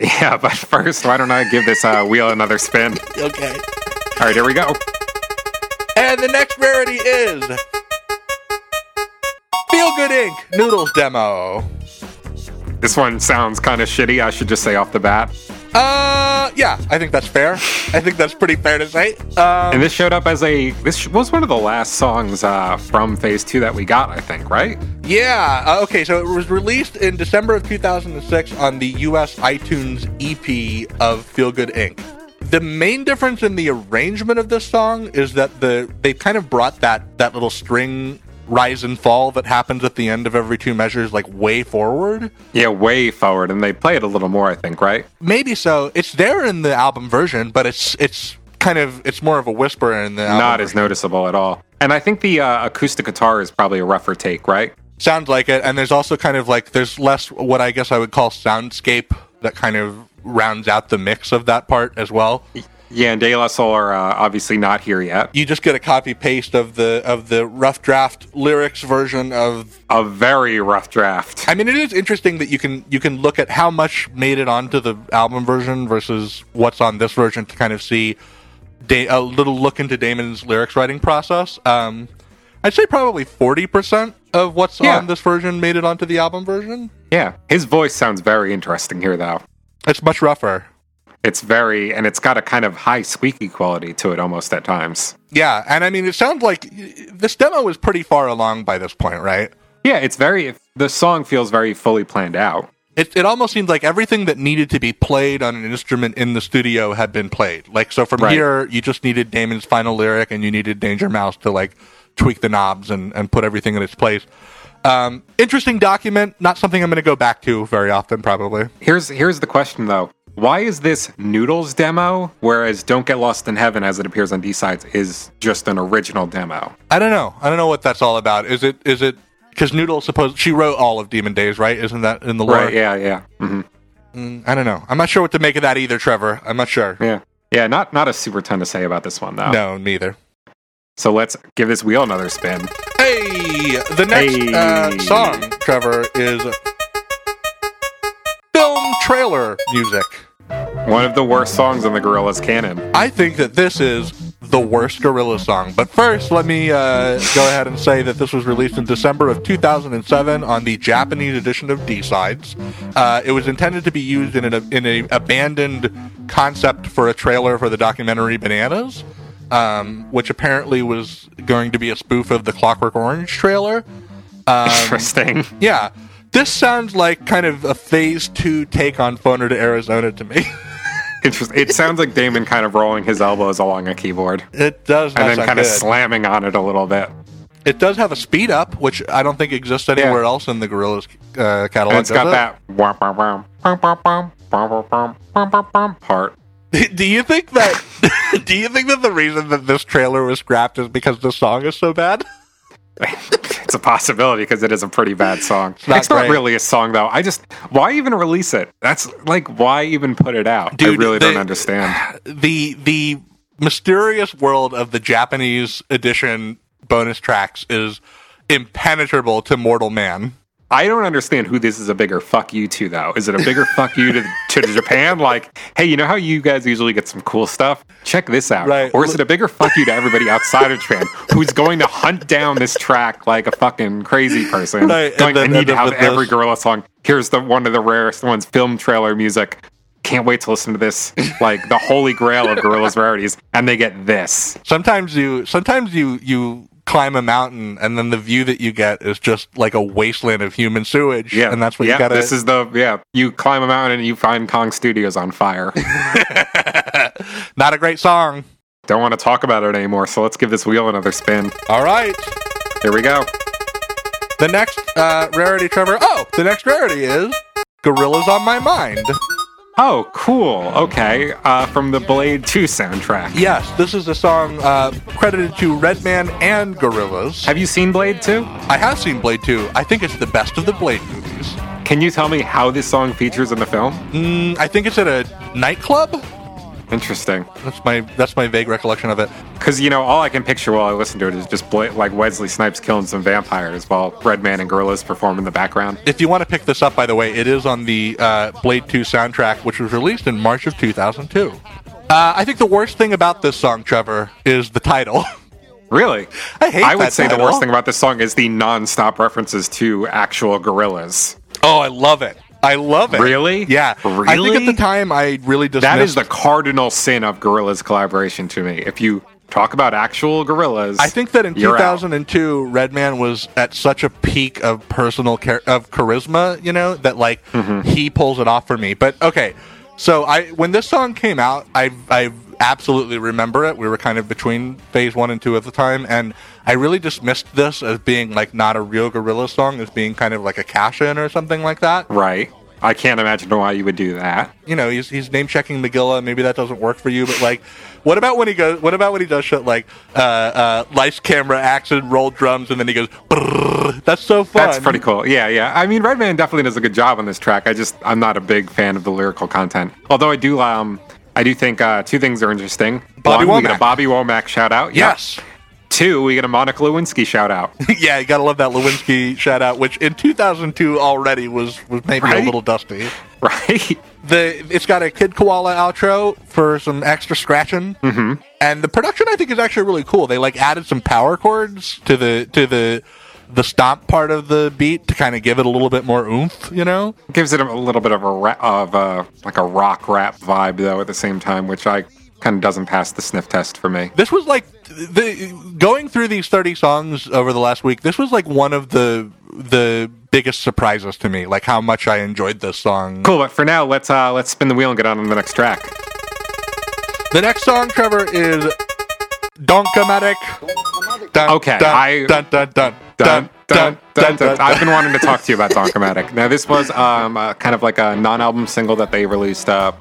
Speaker 2: Yeah, but first, why don't I give this uh, wheel another spin?
Speaker 1: Okay.
Speaker 2: All right, here we go.
Speaker 1: And the next rarity is Feel Good Inc. Noodles demo.
Speaker 2: This one sounds kind of shitty. I should just say off the bat.
Speaker 1: Uh, yeah, I think that's fair. I think that's pretty fair to say. Um,
Speaker 2: And this showed up as a this was one of the last songs uh, from Phase Two that we got, I think, right?
Speaker 1: yeah, uh, okay, so it was released in December of 2006 on the US iTunes EP of Feel Good Inc. The main difference in the arrangement of this song is that the they kind of brought that that little string rise and fall that happens at the end of every two measures like way forward.
Speaker 2: Yeah, way forward, and they play it a little more, I think, right?
Speaker 1: maybe so. It's there in the album version, but it's it's kind of it's more of a whisper in the album
Speaker 2: Not as noticeable at all. And I think the uh, acoustic guitar is probably a rougher take, right?
Speaker 1: sounds like it and there's also kind of like there's less what i guess i would call soundscape that kind of rounds out the mix of that part as well
Speaker 2: Yeah, and De La Soul are uh, obviously not here yet.
Speaker 1: you just get a copy paste of the of the rough draft lyrics version of
Speaker 2: A very rough draft.
Speaker 1: i mean it is interesting that you can you can look at how much made it onto the album version versus what's on this version to kind of see da- a little look into damon's lyrics writing process um i'd say probably 40% of what's
Speaker 2: Yeah.
Speaker 1: on this version made it onto the album version
Speaker 2: Yeah, his voice sounds very interesting here, though.
Speaker 1: it's much rougher
Speaker 2: It's very, and it's got a kind of high squeaky quality to it almost at times.
Speaker 1: Yeah, and I mean, it sounds like this demo is pretty far along by this point, right?
Speaker 2: Yeah, it's very, the song feels very fully planned out.
Speaker 1: It, it almost seems like everything that needed to be played on an instrument in the studio had been played. Like, so from
Speaker 2: Right.
Speaker 1: here, you just needed Damon's final lyric and you needed Danger Mouse to, like, tweak the knobs and, and put everything in its place. Um, interesting document, not something I'm going to go back to very often, probably.
Speaker 2: Here's here's the question though. Why is this Noodles demo, whereas Don't Get Lost in Heaven, as it appears on D sides, is just an original demo?
Speaker 1: I don't know. I don't know what that's all about. Is it, is it, because Noodle supposed she wrote all of Demon Days, right? Isn't that in the lore?
Speaker 2: Right? Yeah, yeah, hmm
Speaker 1: Mm, I don't know. I'm not sure what to make of that either, Trevor. I'm not sure.
Speaker 2: yeah, yeah. Not not a super ton to say about this one though.
Speaker 1: No, neither.
Speaker 2: So let's give this wheel another spin.
Speaker 1: Hey, the next
Speaker 2: Hey.
Speaker 1: Uh, song, Trevor, is film trailer music.
Speaker 2: One of the worst songs in the Gorillas canon.
Speaker 1: I think that this is the worst Gorilla song. But first, let me uh, go ahead and say that this was released in December of 2007 on the Japanese edition of D Sides. Uh, it was intended to be used in an in a abandoned concept for a trailer for the documentary Bananas, um, which apparently was going to be a spoof of the Clockwork Orange trailer. Um,
Speaker 2: Interesting.
Speaker 1: Yeah. This sounds like kind of a phase two take on Phoner to Arizona to me.
Speaker 2: Interesting. It sounds like Damon kind of rolling his elbows along a keyboard
Speaker 1: it does not
Speaker 2: and then
Speaker 1: sound
Speaker 2: kind
Speaker 1: good.
Speaker 2: of slamming on it a little bit.
Speaker 1: it does have a speed up, which I don't think exists anywhere else in the Gorillaz uh, catalog.
Speaker 2: And it's got
Speaker 1: does
Speaker 2: that womp, womp, womp, womp, womp, womp, womp, womp, womp, womp, womp part.
Speaker 1: it? Do you think that? do you think that the reason that this trailer was scrapped is because the song is so bad?
Speaker 2: it's a possibility because it is a pretty bad song. It's
Speaker 1: not
Speaker 2: not,
Speaker 1: great.
Speaker 2: really a song though. I just why even release it? That's like why even put it out?
Speaker 1: Dude,
Speaker 2: I really
Speaker 1: the-
Speaker 2: don't understand.
Speaker 1: The the mysterious world of the Japanese edition bonus tracks is impenetrable to mortal man.
Speaker 2: I don't understand who this is a bigger fuck you to though. Is it a bigger fuck you to, to Japan? Like, hey, you know how you guys usually get some cool stuff? Check this out.
Speaker 1: Right.
Speaker 2: Or is it a bigger fuck you to everybody outside of Japan who's going to hunt down this track like a fucking crazy person?
Speaker 1: Right, and
Speaker 2: Going,
Speaker 1: then
Speaker 2: I
Speaker 1: end
Speaker 2: need to
Speaker 1: up
Speaker 2: have
Speaker 1: with
Speaker 2: every
Speaker 1: this."
Speaker 2: gorilla song. Here's the one of the rarest ones, film trailer music. Can't wait to listen to this, like the holy grail of gorillas rarities, and they get this.
Speaker 1: sometimes you sometimes you you climb a mountain and then the view that you get is just like a wasteland of human sewage
Speaker 2: Yeah,
Speaker 1: and that's what
Speaker 2: yeah,
Speaker 1: you gotta
Speaker 2: This is the yeah. You climb a mountain and you find Kong Studios on fire.
Speaker 1: not a great song
Speaker 2: Don't want to talk about it anymore, so let's give this wheel another spin.
Speaker 1: all right
Speaker 2: Here we go.
Speaker 1: the next uh rarity trevor oh the next rarity is gorillas on my mind
Speaker 2: Oh, cool. Okay. Uh, from the Blade 2 soundtrack.
Speaker 1: yes this is a song uh credited to redman and gorillas
Speaker 2: Have you seen Blade 2?
Speaker 1: i have seen blade 2 i think it's the best of the blade movies
Speaker 2: Can you tell me how this song features in the film?
Speaker 1: mm, i think it's at a nightclub
Speaker 2: Interesting.
Speaker 1: that's my that's my vague recollection of it
Speaker 2: Because, you know, all I can picture while I listen to it is just Bla like Wesley Snipes killing some vampires while Redman and Gorillas perform in the background.
Speaker 1: If you want to pick this up, by the way, it is on the uh, Blade 2 soundtrack, which was released in March of 2002. Uh, I think the worst thing about this song, Trevor, is the title.
Speaker 2: Really?
Speaker 1: I hate
Speaker 2: I would
Speaker 1: that
Speaker 2: say the
Speaker 1: title.
Speaker 2: worst thing about this song is the non stop references to actual gorillas.
Speaker 1: oh, I love it. I love it.
Speaker 2: Really?
Speaker 1: Yeah. I think at
Speaker 2: Really?
Speaker 1: the time I really dismissed.
Speaker 2: That is the cardinal sin of gorillas collaboration to me. If you talk about actual gorillas,
Speaker 1: I think that in
Speaker 2: you're out.
Speaker 1: 2002, Redman was at such a peak of personal char- of charisma, you know, that like
Speaker 2: Mm-hmm.
Speaker 1: he pulls it off for me. But okay, so I when this song came out, I I absolutely remember it. We were kind of between phase one and two at the time, and I really dismissed this as being like not a real gorilla song, as being kind of like a cash in or something like that.
Speaker 2: right? I can't imagine why you would do that.
Speaker 1: you know, he's, he's name checking Magilla. Maybe that doesn't work for you, but like, what about when he goes? What about when he does shit like uh, uh, lights, camera, action, roll drums, and then he goes? "Brrr." That's so fun.
Speaker 2: That's pretty cool. Yeah, yeah. I mean, Redman definitely does a good job on this track. I just I'm not a big fan of the lyrical content. Although I do um I do think uh, two things are interesting.
Speaker 1: Bobby
Speaker 2: One, we get
Speaker 1: Womack.
Speaker 2: a Bobby Womack shout out. Yep.
Speaker 1: Yes.
Speaker 2: Two, we get a Monica Lewinsky shout out.
Speaker 1: yeah, you gotta love that Lewinsky shout out, which in 2002 already was was maybe a
Speaker 2: Right?
Speaker 1: little dusty.
Speaker 2: right?
Speaker 1: The it's got a kid koala outro for some extra scratching, mm-hmm. and the production I think is actually really cool. They like added some power chords to the to the the stomp part of the beat to kind of give it a little bit more oomph, you know.
Speaker 2: Gives it a little bit of a ra- of a, like a rock rap vibe though at the same time, which I kind of doesn't pass the sniff test for me.
Speaker 1: This was like the going through these 30 songs over the last week. This was like one of the the biggest surprises to me, like how much I enjoyed this song.
Speaker 2: Cool, but for now, let's uh let's spin the wheel and get on to the next track.
Speaker 1: The next song, Trevor, is Donkomatic. Dun,
Speaker 2: Okay,
Speaker 1: dun,
Speaker 2: I-
Speaker 1: dun, dun, dun,
Speaker 2: Dun, dun, dun, dun. I've
Speaker 1: dun.
Speaker 2: been wanting to talk to you about Donkomatic. Now, this was um, uh, kind of like a non-album single that they released uh,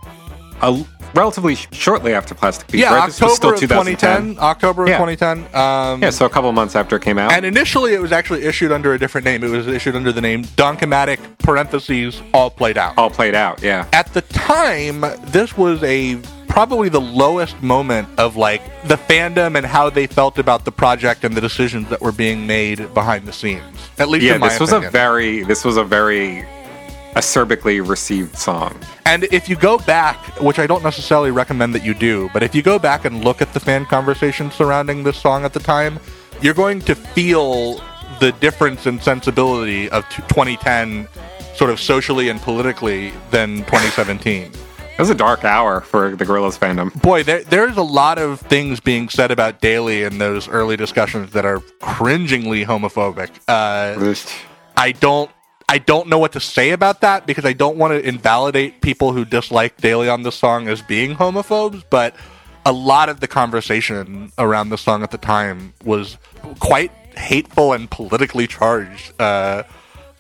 Speaker 2: a, relatively sh- shortly after Plastic Beach.
Speaker 1: Yeah,
Speaker 2: right? This was
Speaker 1: October
Speaker 2: still
Speaker 1: of
Speaker 2: 2010.
Speaker 1: 2010. October of
Speaker 2: Yeah.
Speaker 1: 2010. Um,
Speaker 2: Yeah, so a couple months after it came out.
Speaker 1: And initially, it was actually issued under a different name. It was issued under the name Donkomatic, parentheses, all played out.
Speaker 2: all played out, yeah.
Speaker 1: at the time, this was a probably the lowest moment of like the fandom and how they felt about the project and the decisions that were being made behind the scenes. At least,
Speaker 2: Yeah,
Speaker 1: in my
Speaker 2: this was a
Speaker 1: opinion.
Speaker 2: very this was a very acerbically received song.
Speaker 1: and if you go back, which I don't necessarily recommend that you do, but if you go back and look at the fan conversation surrounding this song at the time, you're going to feel the difference in sensibility of t- 2010, sort of socially and politically, than 2017.
Speaker 2: It was a dark hour for the Gorillaz fandom.
Speaker 1: boy, there, there's a lot of things being said about Daly in those early discussions that are cringingly homophobic. Uh, I don't. I don't know what to say about that because I don't want to invalidate people who dislike Daly on this song as being homophobes, but a lot of the conversation around the song at the time was quite hateful and politically charged uh,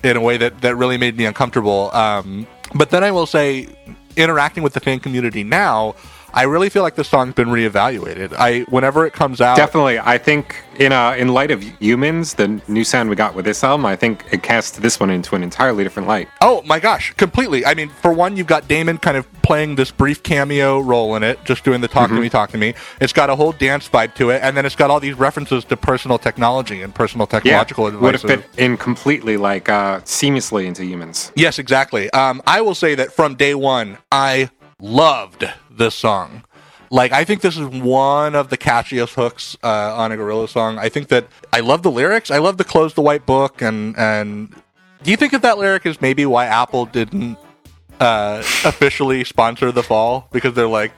Speaker 1: in a way that, that really made me uncomfortable. Um, but then I will say, interacting with the fan community now, I really feel like this song's been reevaluated. I whenever it comes out,
Speaker 2: Definitely, I think in uh, in light of humans, the new sound we got with this album, I think it cast this one into an entirely different light.
Speaker 1: Oh my gosh, completely. I mean, for one, you've got Damon kind of playing this brief cameo role in it, just doing the talk to me, talk to me. It's got a whole dance vibe to it, and then it's got all these references to personal technology and personal technological
Speaker 2: would have
Speaker 1: advice.
Speaker 2: fit in completely like uh seamlessly into humans
Speaker 1: Yes, exactly. Um, I will say that from day one, I loved this song. Like, I think this is one of the catchiest hooks uh, on a Gorilla song. I think that I love the lyrics. I love the close the white book. And, and do you think that that lyric is maybe why Apple didn't uh, officially sponsor the fall? Because they're like,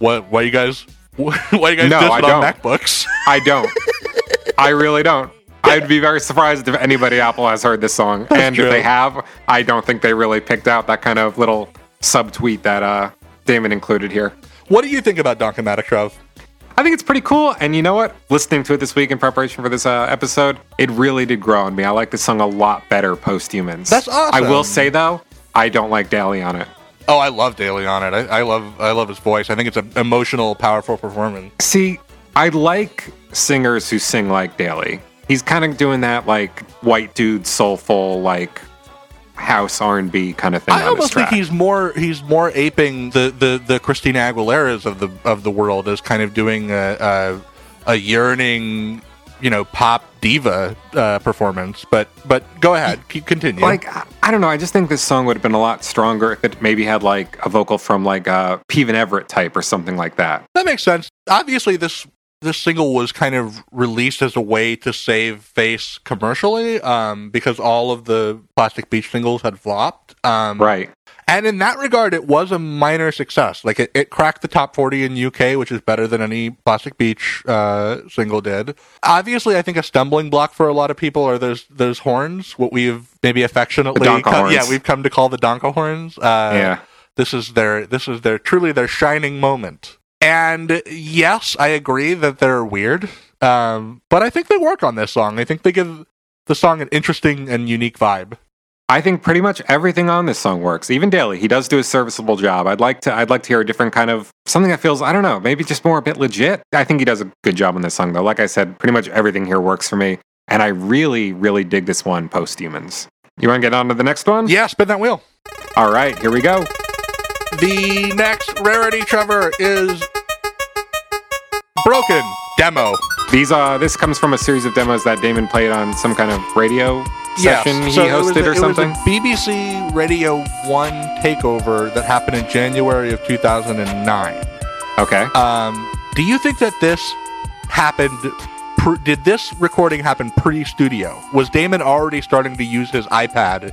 Speaker 1: what? Why you guys? Why you guys
Speaker 2: No,
Speaker 1: dissing
Speaker 2: I
Speaker 1: on
Speaker 2: don't.
Speaker 1: MacBooks?
Speaker 2: i don't i really don't i'd be very surprised if anybody at apple has heard this song and
Speaker 1: true.
Speaker 2: if they have i don't think they really picked out that kind of little subtweet that uh damon included here
Speaker 1: what do you think about Donkomatic, Trev?
Speaker 2: I think it's pretty cool. And you know what? Listening to it this week in preparation for this uh, episode, it really did grow on me. I like this song a lot better post humans.
Speaker 1: That's awesome.
Speaker 2: I will say, though, I don't like Daly on it.
Speaker 1: Oh, I love Daly on it. I, I love I love his voice. I think it's an emotional, powerful performance.
Speaker 2: See, I like singers who sing like Daly. He's kind of doing that like white dude soulful like house R and B kind of thing.
Speaker 1: I
Speaker 2: on
Speaker 1: almost
Speaker 2: this track.
Speaker 1: think he's more he's more aping the the the Christina Aguilera's of the of the world as kind of doing a a, a yearning, you know, pop diva uh, performance. But but go ahead, keep continue.
Speaker 2: like I- I don't know. I just think this song would have been a lot stronger if it maybe had like a vocal from like a Peven Everett type or something like that.
Speaker 1: that makes sense. Obviously, this this single was kind of released as a way to save face commercially um, because all of the Plastic Beach singles had flopped. Um,
Speaker 2: Right.
Speaker 1: And in that regard, it was a minor success. Like it, it cracked the top 40 in UK, which is better than any Plastic Beach uh, single did. Obviously, I think a stumbling block for a lot of people are those those horns, what we've maybe affectionately,
Speaker 2: The donka
Speaker 1: come-
Speaker 2: horns.
Speaker 1: yeah, we've come to call the donka horns. Uh,
Speaker 2: yeah.
Speaker 1: this is their this is their truly their shining moment. And yes, I agree that they're weird, um, but I think they work on this song. I think they give the song an interesting and unique vibe.
Speaker 2: I think pretty much everything on this song works. Even Daly, he does do a serviceable job. I'd like to I'd like to hear a different kind of something that feels I don't know, maybe just more a bit legit. I think he does a good job on this song though. Like I said, pretty much everything here works for me, and I really really dig this one, Post Humans. You want to get on to the next one?
Speaker 1: Yeah, spin that wheel.
Speaker 2: All right, here we go.
Speaker 1: The next rarity, Trevor, is broken demo.
Speaker 2: These uh this comes from a series of demos that Damon played on some kind of radio session he
Speaker 1: so it was
Speaker 2: hosted
Speaker 1: a-
Speaker 2: or something.
Speaker 1: It was a BBC Radio 1 takeover that happened in January of 2009.
Speaker 2: okay.
Speaker 1: Um, do you think that this happened? Pre- did this recording happen pre-studio? Was Damon already starting to use his iPad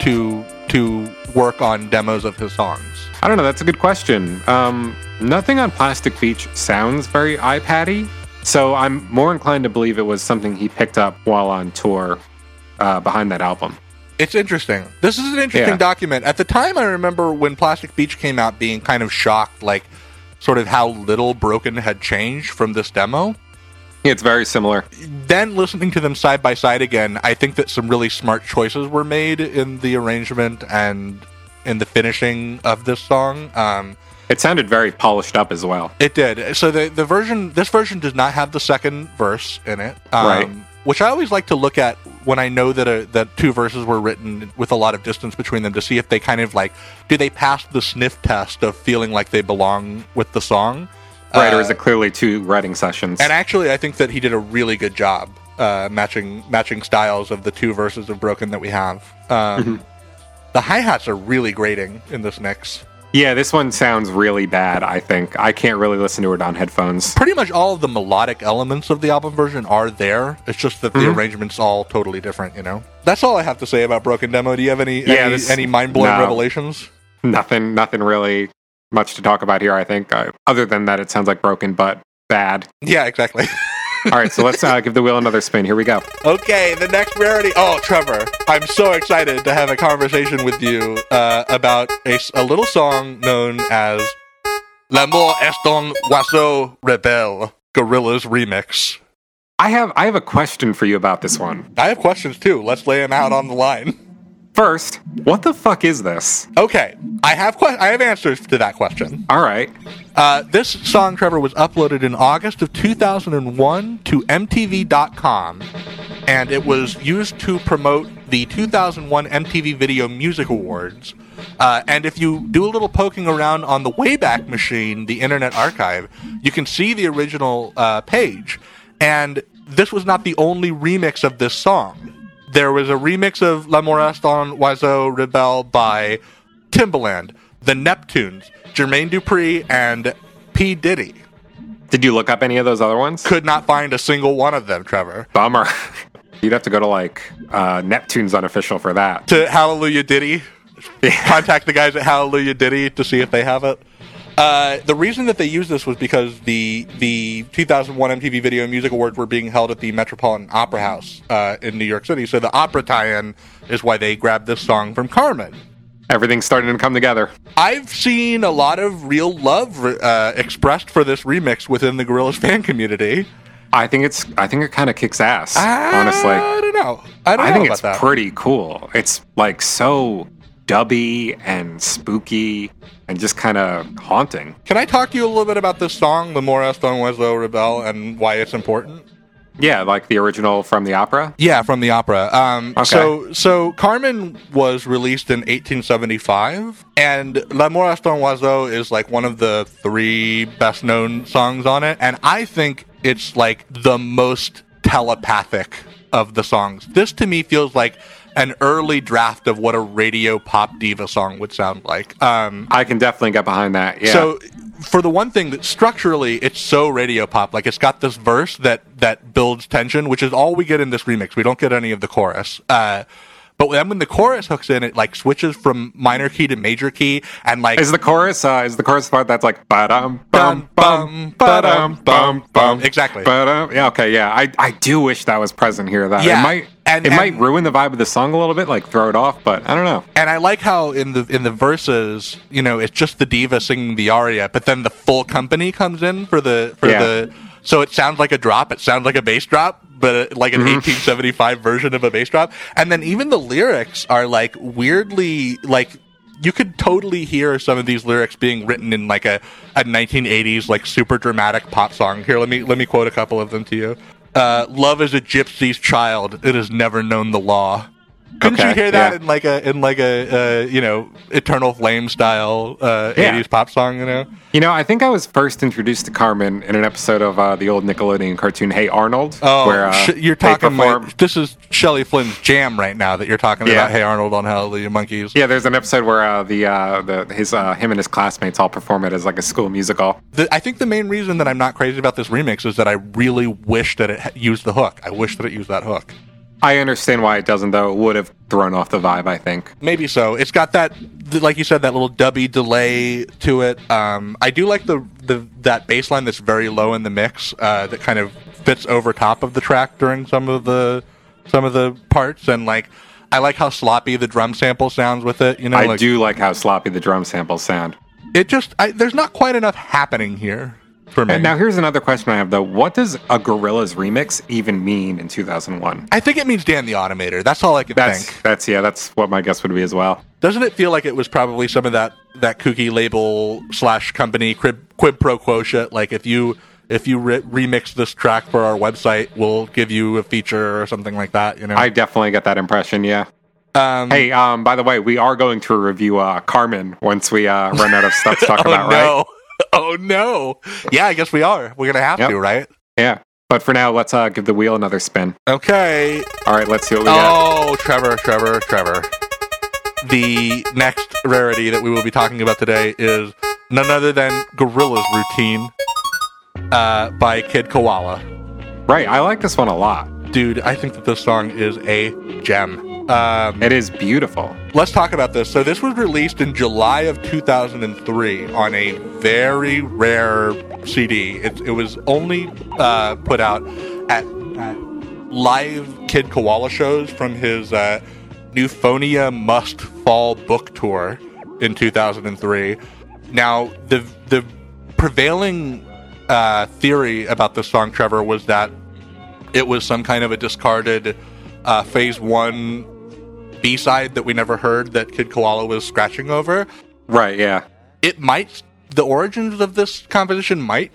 Speaker 1: to to work on demos of his songs?
Speaker 2: I don't know. That's a good question. Um, nothing on Plastic Beach sounds very iPad-y, so I'm more inclined to believe it was something he picked up while on tour uh, behind that album.
Speaker 1: It's interesting. This is an interesting
Speaker 2: Yeah.
Speaker 1: document. At the time, I remember when Plastic Beach came out, being kind of shocked, like sort of how little Broken had changed from this demo.
Speaker 2: It's very similar.
Speaker 1: then listening to them side by side again, I think that some really smart choices were made in the arrangement and in the finishing of this song. Um,
Speaker 2: It sounded very polished up as well.
Speaker 1: it did. So the the version this version does not have the second verse in it, um,
Speaker 2: Right.
Speaker 1: Which I always like to look at when I know that a, that two verses were written with a lot of distance between them to see if they kind of like do they pass the sniff test of feeling like they belong with the song,
Speaker 2: Right, or
Speaker 1: Uh,
Speaker 2: is it clearly two writing sessions?
Speaker 1: and actually, I think that he did a really good job uh, matching matching styles of the two verses of Broken that we have. Um,
Speaker 2: Mm-hmm.
Speaker 1: The hi hats are really grating in this mix.
Speaker 2: yeah, this one sounds really bad, I think. I can't really listen to it on headphones.
Speaker 1: Pretty much all of the melodic elements of the album version are there. It's just that the
Speaker 2: Mm-hmm.
Speaker 1: arrangements all totally different. You know, that's all I have to say about Broken Demo. Do you have any
Speaker 2: Yeah,
Speaker 1: any,
Speaker 2: this-
Speaker 1: any mind blowing
Speaker 2: no.
Speaker 1: revelations?
Speaker 2: Nothing nothing really much to talk about here, I think, uh, other than that it sounds like broken but bad.
Speaker 1: Yeah, exactly.
Speaker 2: All right, so let's uh, give the wheel another spin. Here we go.
Speaker 1: Okay, the next rarity. Oh, Trevor, I'm so excited to have a conversation with you uh, about a, s- a little song known as L'amour est un oiseau rebelle, Gorillaz remix.
Speaker 2: I have I have a question for you about this one.
Speaker 1: I have questions too. Let's lay them out on the line.
Speaker 2: First, what the fuck is this?
Speaker 1: Okay, I have que- I have answers to that question.
Speaker 2: All right.
Speaker 1: Uh, this song, Trevor, was uploaded in August of 2001 to MTV.com, and it was used to promote the 2001 MTV Video Music Awards. Uh, and if you do a little poking around on the Wayback Machine, the Internet Archive, you can see the original uh, page. And this was not the only remix of this song. There was a remix of La Moraston Oiseau Rebel by Timbaland, The Neptunes, Jermaine Dupri, and P. Diddy.
Speaker 2: Did you look up any of those other ones?
Speaker 1: Could not find a single one of them, Trevor.
Speaker 2: Bummer. You'd have to go to like uh, Neptune's unofficial for that.
Speaker 1: To Hallelujah Diddy. Contact the guys at Hallelujah Diddy to see if they have it. Uh, the reason that they used this was because the the 2001 MTV Video and Music Awards were being held at the Metropolitan Opera House uh, in New York City, so the opera tie-in is why they grabbed this song from Carmen.
Speaker 2: Everything's starting to come together.
Speaker 1: I've seen a lot of real love uh, expressed for this remix within the Gorillaz fan community.
Speaker 2: I think it's I think it kind of kicks ass.
Speaker 1: I
Speaker 2: honestly,
Speaker 1: don't know. Ah, I don't
Speaker 2: I
Speaker 1: know
Speaker 2: think
Speaker 1: about
Speaker 2: it's
Speaker 1: that.
Speaker 2: pretty cool. It's like so dubby and spooky and just kind of haunting.
Speaker 1: Can I talk to you a little bit about this song, "The More Eston Weslow Rebel," and why it's important?
Speaker 2: Yeah, like the original from the opera.
Speaker 1: Yeah, from the opera. Um,
Speaker 2: Okay.
Speaker 1: So, so Carmen was released in 1875, and L'amour est un oiseau is like one of the three best known songs on it, and I think it's like the most telepathic of the songs. This to me feels like an early draft of what a radio pop diva song would sound like. Um,
Speaker 2: I can definitely get behind that. Yeah.
Speaker 1: so for the one thing that structurally it's so radio pop, like it's got this verse that that builds tension, which is all we get in this remix. We don't get any of the chorus. Uh, but then when the chorus hooks in, it like switches from minor key to major key, and like
Speaker 2: Is the chorus uh, is the chorus part that's like ba-dum
Speaker 1: Bum,
Speaker 2: bum
Speaker 1: bum,
Speaker 2: bum ba-dum bum bum
Speaker 1: Exactly.
Speaker 2: ba-dum. yeah okay yeah I, I do wish that was present here that
Speaker 1: Yeah,
Speaker 2: it might
Speaker 1: and-
Speaker 2: it might
Speaker 1: and-
Speaker 2: ruin the vibe of the song a little bit like throw it off but I don't know
Speaker 1: and I like how in the in the verses, you know, it's just the diva singing the aria, but then the full company comes in for the for
Speaker 2: Yeah.
Speaker 1: the so it sounds like a drop, it sounds like a bass drop, but uh, like an
Speaker 2: Mhm.
Speaker 1: 1875 version of a bass drop. And then even the lyrics are like weirdly like you could totally hear some of these lyrics being written in like a, a 1980s like super dramatic pop song. Here, let me let me quote a couple of them to you. Uh, Love is a gypsy's child; it has never known the law. Couldn't you
Speaker 2: Okay,
Speaker 1: hear that
Speaker 2: yeah.
Speaker 1: in like a in like a uh, you know Eternal Flame style uh,
Speaker 2: Yeah.
Speaker 1: 80s pop song? You know.
Speaker 2: You know, I think I was first introduced to Carmen in an episode of uh, the old Nickelodeon cartoon Hey Arnold.
Speaker 1: Oh,
Speaker 2: uh,
Speaker 1: sh- you're
Speaker 2: they
Speaker 1: talking
Speaker 2: perform-
Speaker 1: like this is Shelley Flynn's jam right now that you're talking
Speaker 2: Yeah.
Speaker 1: about. Hey Arnold on Hallelujah Monkeys.
Speaker 2: Yeah, there's an episode where uh, the uh, the his uh, him and his classmates all perform it as like a school musical.
Speaker 1: The, I think the main reason that I'm not crazy about this remix is that I really wish that it ha- used the hook. I wish that it used that hook.
Speaker 2: I understand why it doesn't, though. It would have thrown off the vibe. I think.
Speaker 1: Maybe so. It's got that, th- like you said, that little dubby delay to it. Um, I do like the, the that bass line that's very low in the mix uh, that kind of fits over top of the track during some of the some of the parts, and like I like how sloppy the drum sample sounds with it. You know,
Speaker 2: I
Speaker 1: like,
Speaker 2: do like how sloppy the drum samples sound.
Speaker 1: it just I, there's not quite enough happening here for me.
Speaker 2: And now here's another question I have though: What does a Gorillas remix even mean in 2001?
Speaker 1: I think it means Dan the Automator. That's all I could
Speaker 2: That's
Speaker 1: think.
Speaker 2: that's yeah, that's what my guess would be as well.
Speaker 1: Doesn't it feel like it was probably some of that that kooky label slash company crib, quid pro quo shit? Like if you if you re- remix this track for our website, we'll give you a feature or something like that. You know.
Speaker 2: I definitely get that impression. Yeah.
Speaker 1: um,
Speaker 2: Hey, um, by the way, we are going to review uh, Carmen once we uh, run out of stuff to talk
Speaker 1: oh
Speaker 2: about, right?
Speaker 1: no! Oh no! Yeah, I guess we are. We're gonna have
Speaker 2: Yep.
Speaker 1: to, right?
Speaker 2: Yeah. But for now, let's uh, give the wheel another spin.
Speaker 1: Okay.
Speaker 2: All right, let's see what we got.
Speaker 1: Oh, Trevor, Trevor, Trevor. The next rarity that we will be talking about today is none other than Gorilla's Routine uh, by Kid Koala.
Speaker 2: Right, I like this one a lot.
Speaker 1: Dude, I think that this song is a gem. Um,
Speaker 2: It is beautiful.
Speaker 1: let's talk about this. So, this was released in July of 2003 on a very rare CD. It, it was only uh, put out at, at live Kid Koala shows from his uh, Newphonia Must Fall book tour in 2003. Now, the the prevailing uh, theory about this song, Trevor, was that it was some kind of a discarded uh, Phase One B side that we never heard that Kid Koala was scratching over.
Speaker 2: Right, yeah.
Speaker 1: It might, the origins of this composition might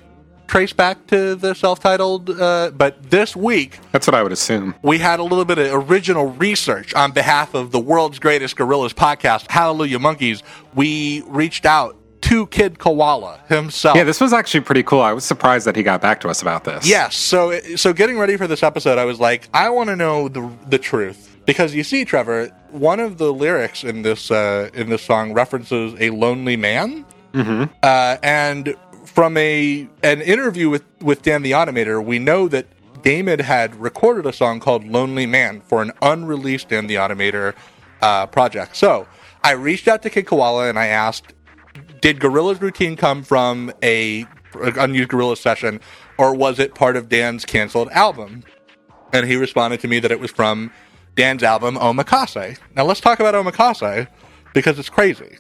Speaker 1: trace back to the self titled, uh, but this week
Speaker 2: That's what I would assume.
Speaker 1: we had a little bit of original research on behalf of the world's greatest gorillas podcast, Hallelujah Monkeys. We reached out to Kid Koala himself.
Speaker 2: Yeah, this was actually pretty cool. I was surprised that he got back to us about this.
Speaker 1: Yes. So so getting ready for this episode, I was like, I want to know the the truth because you see, Trevor, one of the lyrics in this uh, in this song references a lonely man,
Speaker 2: hmm
Speaker 1: uh, and from a an interview with with Dan the Automator, we know that Damon had recorded a song called "Lonely Man" for an unreleased Dan the Automator uh, project. So I reached out to Kid Koala and I asked, did Gorilla's routine come from a an unused Gorilla session, or was it part of Dan's canceled album? And he responded to me that it was from Dan's album Omakase. Now let's talk about Omakase because it's crazy.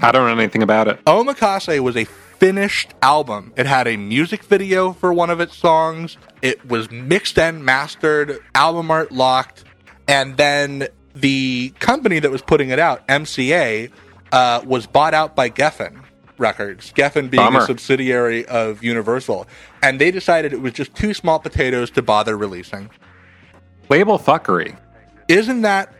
Speaker 2: I don't know anything about it.
Speaker 1: Omakase was a finished album. It had a music video for one of its songs. It was mixed and mastered, album art locked, and then the company that was putting it out, MCA, uh, was bought out by Geffen Records. Geffen being a
Speaker 2: Bummer.
Speaker 1: subsidiary of Universal, and they decided it was just too small potatoes to bother releasing.
Speaker 2: Label fuckery.
Speaker 1: Isn't that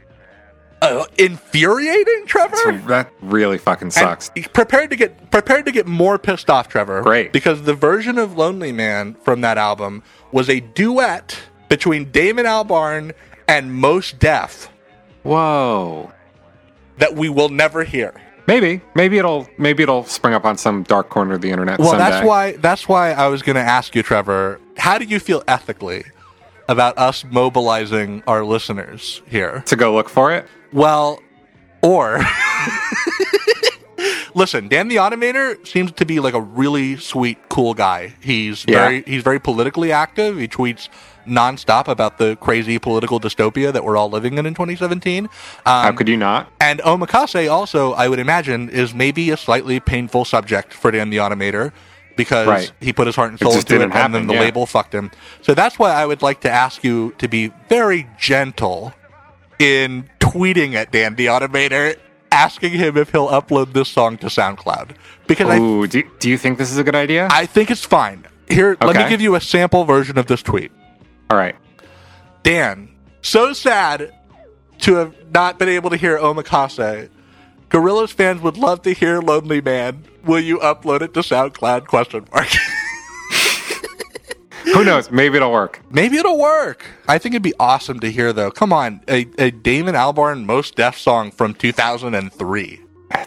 Speaker 1: uh, infuriating, Trevor?
Speaker 2: So that really fucking
Speaker 1: And
Speaker 2: sucks.
Speaker 1: prepared to get prepared to get more pissed off, Trevor.
Speaker 2: Great.
Speaker 1: because the version of "Lonely Man" from that album was a duet between Damon Albarn and Most Def
Speaker 2: Whoa.
Speaker 1: that we will never hear.
Speaker 2: Maybe, maybe it'll, maybe it'll spring up on some dark corner of the internet.
Speaker 1: Well,
Speaker 2: someday.
Speaker 1: that's why that's why I was going to ask you, Trevor. How do you feel ethically about us mobilizing our listeners here?
Speaker 2: to go look for it.
Speaker 1: Well, or listen, Dan the Automator seems to be like a really sweet, cool guy. He's
Speaker 2: Yeah.
Speaker 1: very he's very politically active. He tweets nonstop about the crazy political dystopia that we're all living in in 2017.
Speaker 2: How
Speaker 1: Um,
Speaker 2: could you not?
Speaker 1: and omakase also, I would imagine, is maybe a slightly painful subject for Dan the Automator. because
Speaker 2: Right.
Speaker 1: he put his heart and
Speaker 2: It
Speaker 1: soul
Speaker 2: just
Speaker 1: into it,
Speaker 2: didn't
Speaker 1: and then
Speaker 2: happen,
Speaker 1: the
Speaker 2: yeah.
Speaker 1: label fucked him. So that's why I would like to ask you to be very gentle in tweeting at Dan the Automator, asking him if he'll upload this song to SoundCloud because I
Speaker 2: Ooh, do, do you think this is a good idea?
Speaker 1: I think it's fine. Here, let me
Speaker 2: Okay.
Speaker 1: give you a sample version of this tweet.
Speaker 2: All right.
Speaker 1: Dan, so sad to have not been able to hear Omakase. Gorillas fans would love to hear Lonely Man. Will you upload it to SoundCloud? Question mark.
Speaker 2: Who knows? Maybe it'll work.
Speaker 1: Maybe it'll work. I think it'd be awesome to hear though. Come on, a, a Damon Albarn most deaf song from 2003.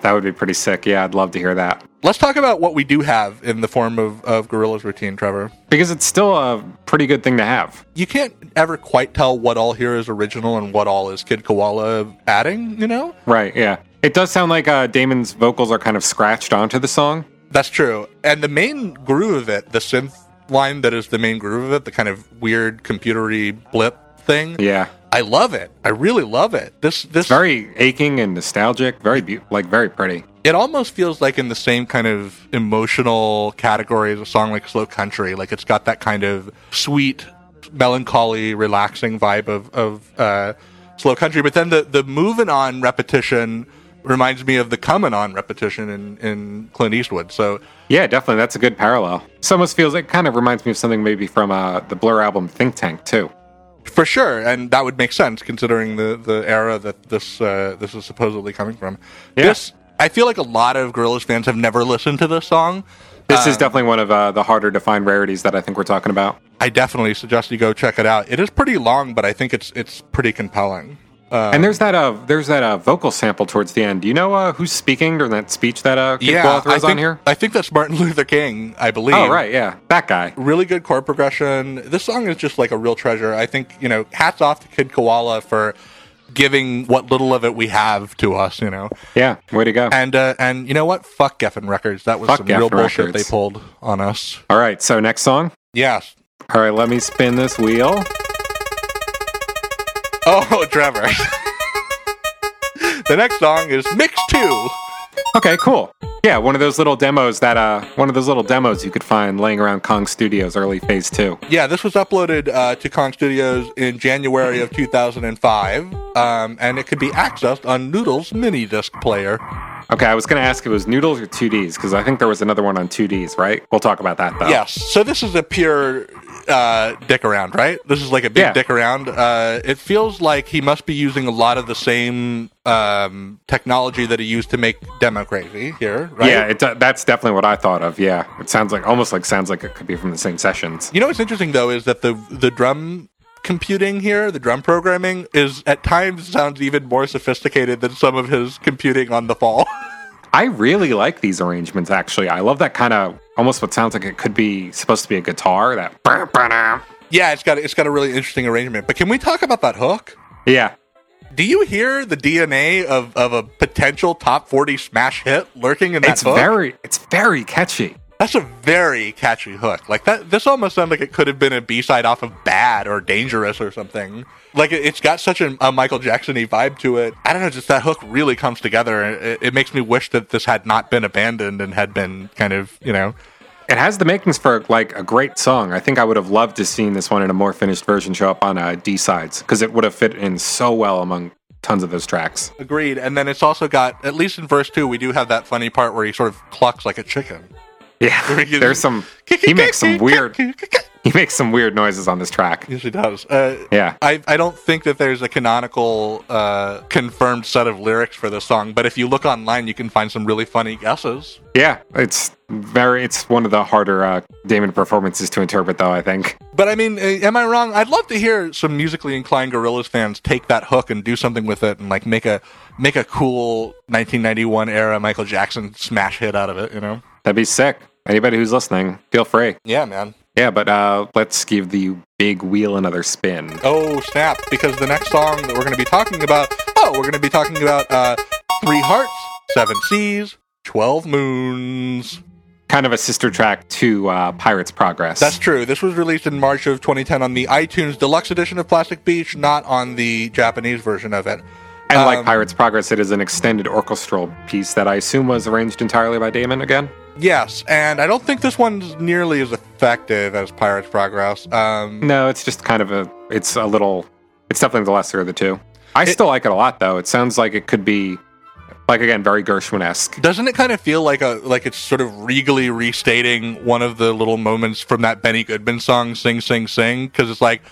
Speaker 2: That would be pretty sick. Yeah, I'd love to hear that.
Speaker 1: Let's talk about what we do have in the form of, of Gorillas routine, Trevor.
Speaker 2: Because it's still a pretty good thing to have.
Speaker 1: you can't ever quite tell what all here is original and what all is Kid Koala adding, you know?
Speaker 2: Right, yeah. It does sound like uh, Damon's vocals are kind of scratched onto the song.
Speaker 1: That's true. And the main groove of it, the synth line that is the main groove of it, the kind of weird computery blip thing,
Speaker 2: Yeah.
Speaker 1: I love it. I really love it. This this
Speaker 2: Very aching and nostalgic, very be- like very pretty.
Speaker 1: it almost feels like in the same kind of emotional category as a song like Slow Country. Like it's got that kind of sweet, melancholy, relaxing vibe of, of uh, Slow Country. But then the, the moving on repetition reminds me of the coming on repetition in, in Clint Eastwood. So
Speaker 2: Yeah, definitely. That's a good parallel. This almost feels it kind of reminds me of something maybe from uh, the Blur album Think Tank too.
Speaker 1: for sure, and that would make sense considering the, the era that this uh, this is supposedly coming from.
Speaker 2: Yeah.
Speaker 1: This I feel like a lot of Gorillaz fans have never listened to this song.
Speaker 2: This is definitely one of uh, the harder to find rarities that I think we're talking about.
Speaker 1: I definitely suggest you go check it out. It is pretty long, but I think it's it's pretty compelling. Uh,
Speaker 2: and there's that uh, there's that uh, vocal sample towards the end. Do you know uh, who's speaking during that speech that uh, Kid Koala
Speaker 1: I
Speaker 2: throws
Speaker 1: think,
Speaker 2: on here?
Speaker 1: I think that's Martin Luther King, I believe.
Speaker 2: Oh right, yeah, that guy.
Speaker 1: Really good chord progression. This song is just like a real treasure. I think, you know, hats off to Kid Koala for giving what little of it we have to us, you know.
Speaker 2: Yeah, way to go.
Speaker 1: And uh, and you know what? Fuck Geffen Records. That was
Speaker 2: Fuck
Speaker 1: some real
Speaker 2: Geffen
Speaker 1: bullshit
Speaker 2: Records.
Speaker 1: they pulled on us.
Speaker 2: All right, so next song.
Speaker 1: Yes.
Speaker 2: All right, let me spin this wheel.
Speaker 1: Oh, Trevor. the next song is Mix 2.
Speaker 2: Okay, cool. Yeah, one of those little demos that uh, one of those little demos you could find laying around Kong Studios early phase two.
Speaker 1: Yeah, this was uploaded uh, to Kong Studios in January of 2005, um, and it could be accessed on Noodle's mini disc player.
Speaker 2: Okay, I was gonna ask if it was noodles or 2Ds because I think there was another one on 2Ds, right? We'll talk about that though.
Speaker 1: Yes, so this is a pure uh, dick around, right? This is like a big
Speaker 2: Yeah.
Speaker 1: dick around. Uh, it feels like he must be using a lot of the same um, technology that he used to make Demo Crazy here, right?
Speaker 2: Yeah, it, that's definitely what I thought of. Yeah, it sounds like almost like sounds like it could be from the same sessions.
Speaker 1: You know what's interesting though is that the the drum computing here, the drum programming, is at times sounds even more sophisticated than some of his computing on the fall.
Speaker 2: I really like these arrangements. Actually, I love that kind of almost what sounds like it could be supposed to be a guitar. That
Speaker 1: Yeah, it's got it's got a really interesting arrangement. But can we talk about that hook?
Speaker 2: yeah,
Speaker 1: Do you hear the DNA of, of a potential top forty smash hit lurking in that
Speaker 2: it's
Speaker 1: hook?
Speaker 2: very it's very catchy.
Speaker 1: That's a very catchy hook. Like that, this almost sounds like it could have been a B side off of Bad or Dangerous or something. Like it, it's got such an, a Michael Jackson-y vibe to it. I don't know, just that hook really comes together. It, it makes me wish that this had not been abandoned and had been kind of you know
Speaker 2: It has the makings for like a great song. I think I would have loved to seen this one in a more finished version show up on uh, D sides because it would have fit in so well among tons of those tracks.
Speaker 1: agreed. And then it's also got at least in verse two, we do have that funny part where he sort of clucks like a chicken.
Speaker 2: Yeah, there's some he makes some weird he makes some weird noises on this track.
Speaker 1: Yes, he does. Uh,
Speaker 2: Yeah.
Speaker 1: I, I don't think that there's a canonical uh, confirmed set of lyrics for this song, but if you look online, you can find some really funny guesses.
Speaker 2: Yeah, it's very it's one of the harder uh, Damon performances to interpret though, I think.
Speaker 1: But I mean, uh, am I wrong? I'd love to hear some musically inclined Gorillaz fans take that hook and do something with it, and like make a make a cool 1991 era Michael Jackson smash hit out of it. You know?
Speaker 2: That'd be sick. Anybody who's listening, feel free.
Speaker 1: Yeah, man.
Speaker 2: Yeah, but uh, let's give the big wheel another spin.
Speaker 1: Oh snap! Because the next song that we're going to be talking about, oh, we're going to be talking about uh, Three Hearts, Seven Seas, Twelve Moons.
Speaker 2: Kind of a sister track to uh, Pirates Progress.
Speaker 1: That's true. This was released in March of 2010 on the iTunes Deluxe Edition of Plastic Beach, not on the Japanese version of it.
Speaker 2: And like
Speaker 1: Um,
Speaker 2: Pirates Progress, it is an extended orchestral piece that I assume was arranged entirely by Damon again.
Speaker 1: Yes, and I don't think this one's nearly as effective as Pirates Progress. Um,
Speaker 2: No, it's just kind of a. It's a little. It's definitely the lesser of the two. I
Speaker 1: It-
Speaker 2: still like it a lot, though. It sounds like it could be, like again, very Gershwin esque.
Speaker 1: Doesn't it kind of feel like a like it's sort of regally restating one of the little moments from that Benny Goodman song "Sing Sing Sing" because it's like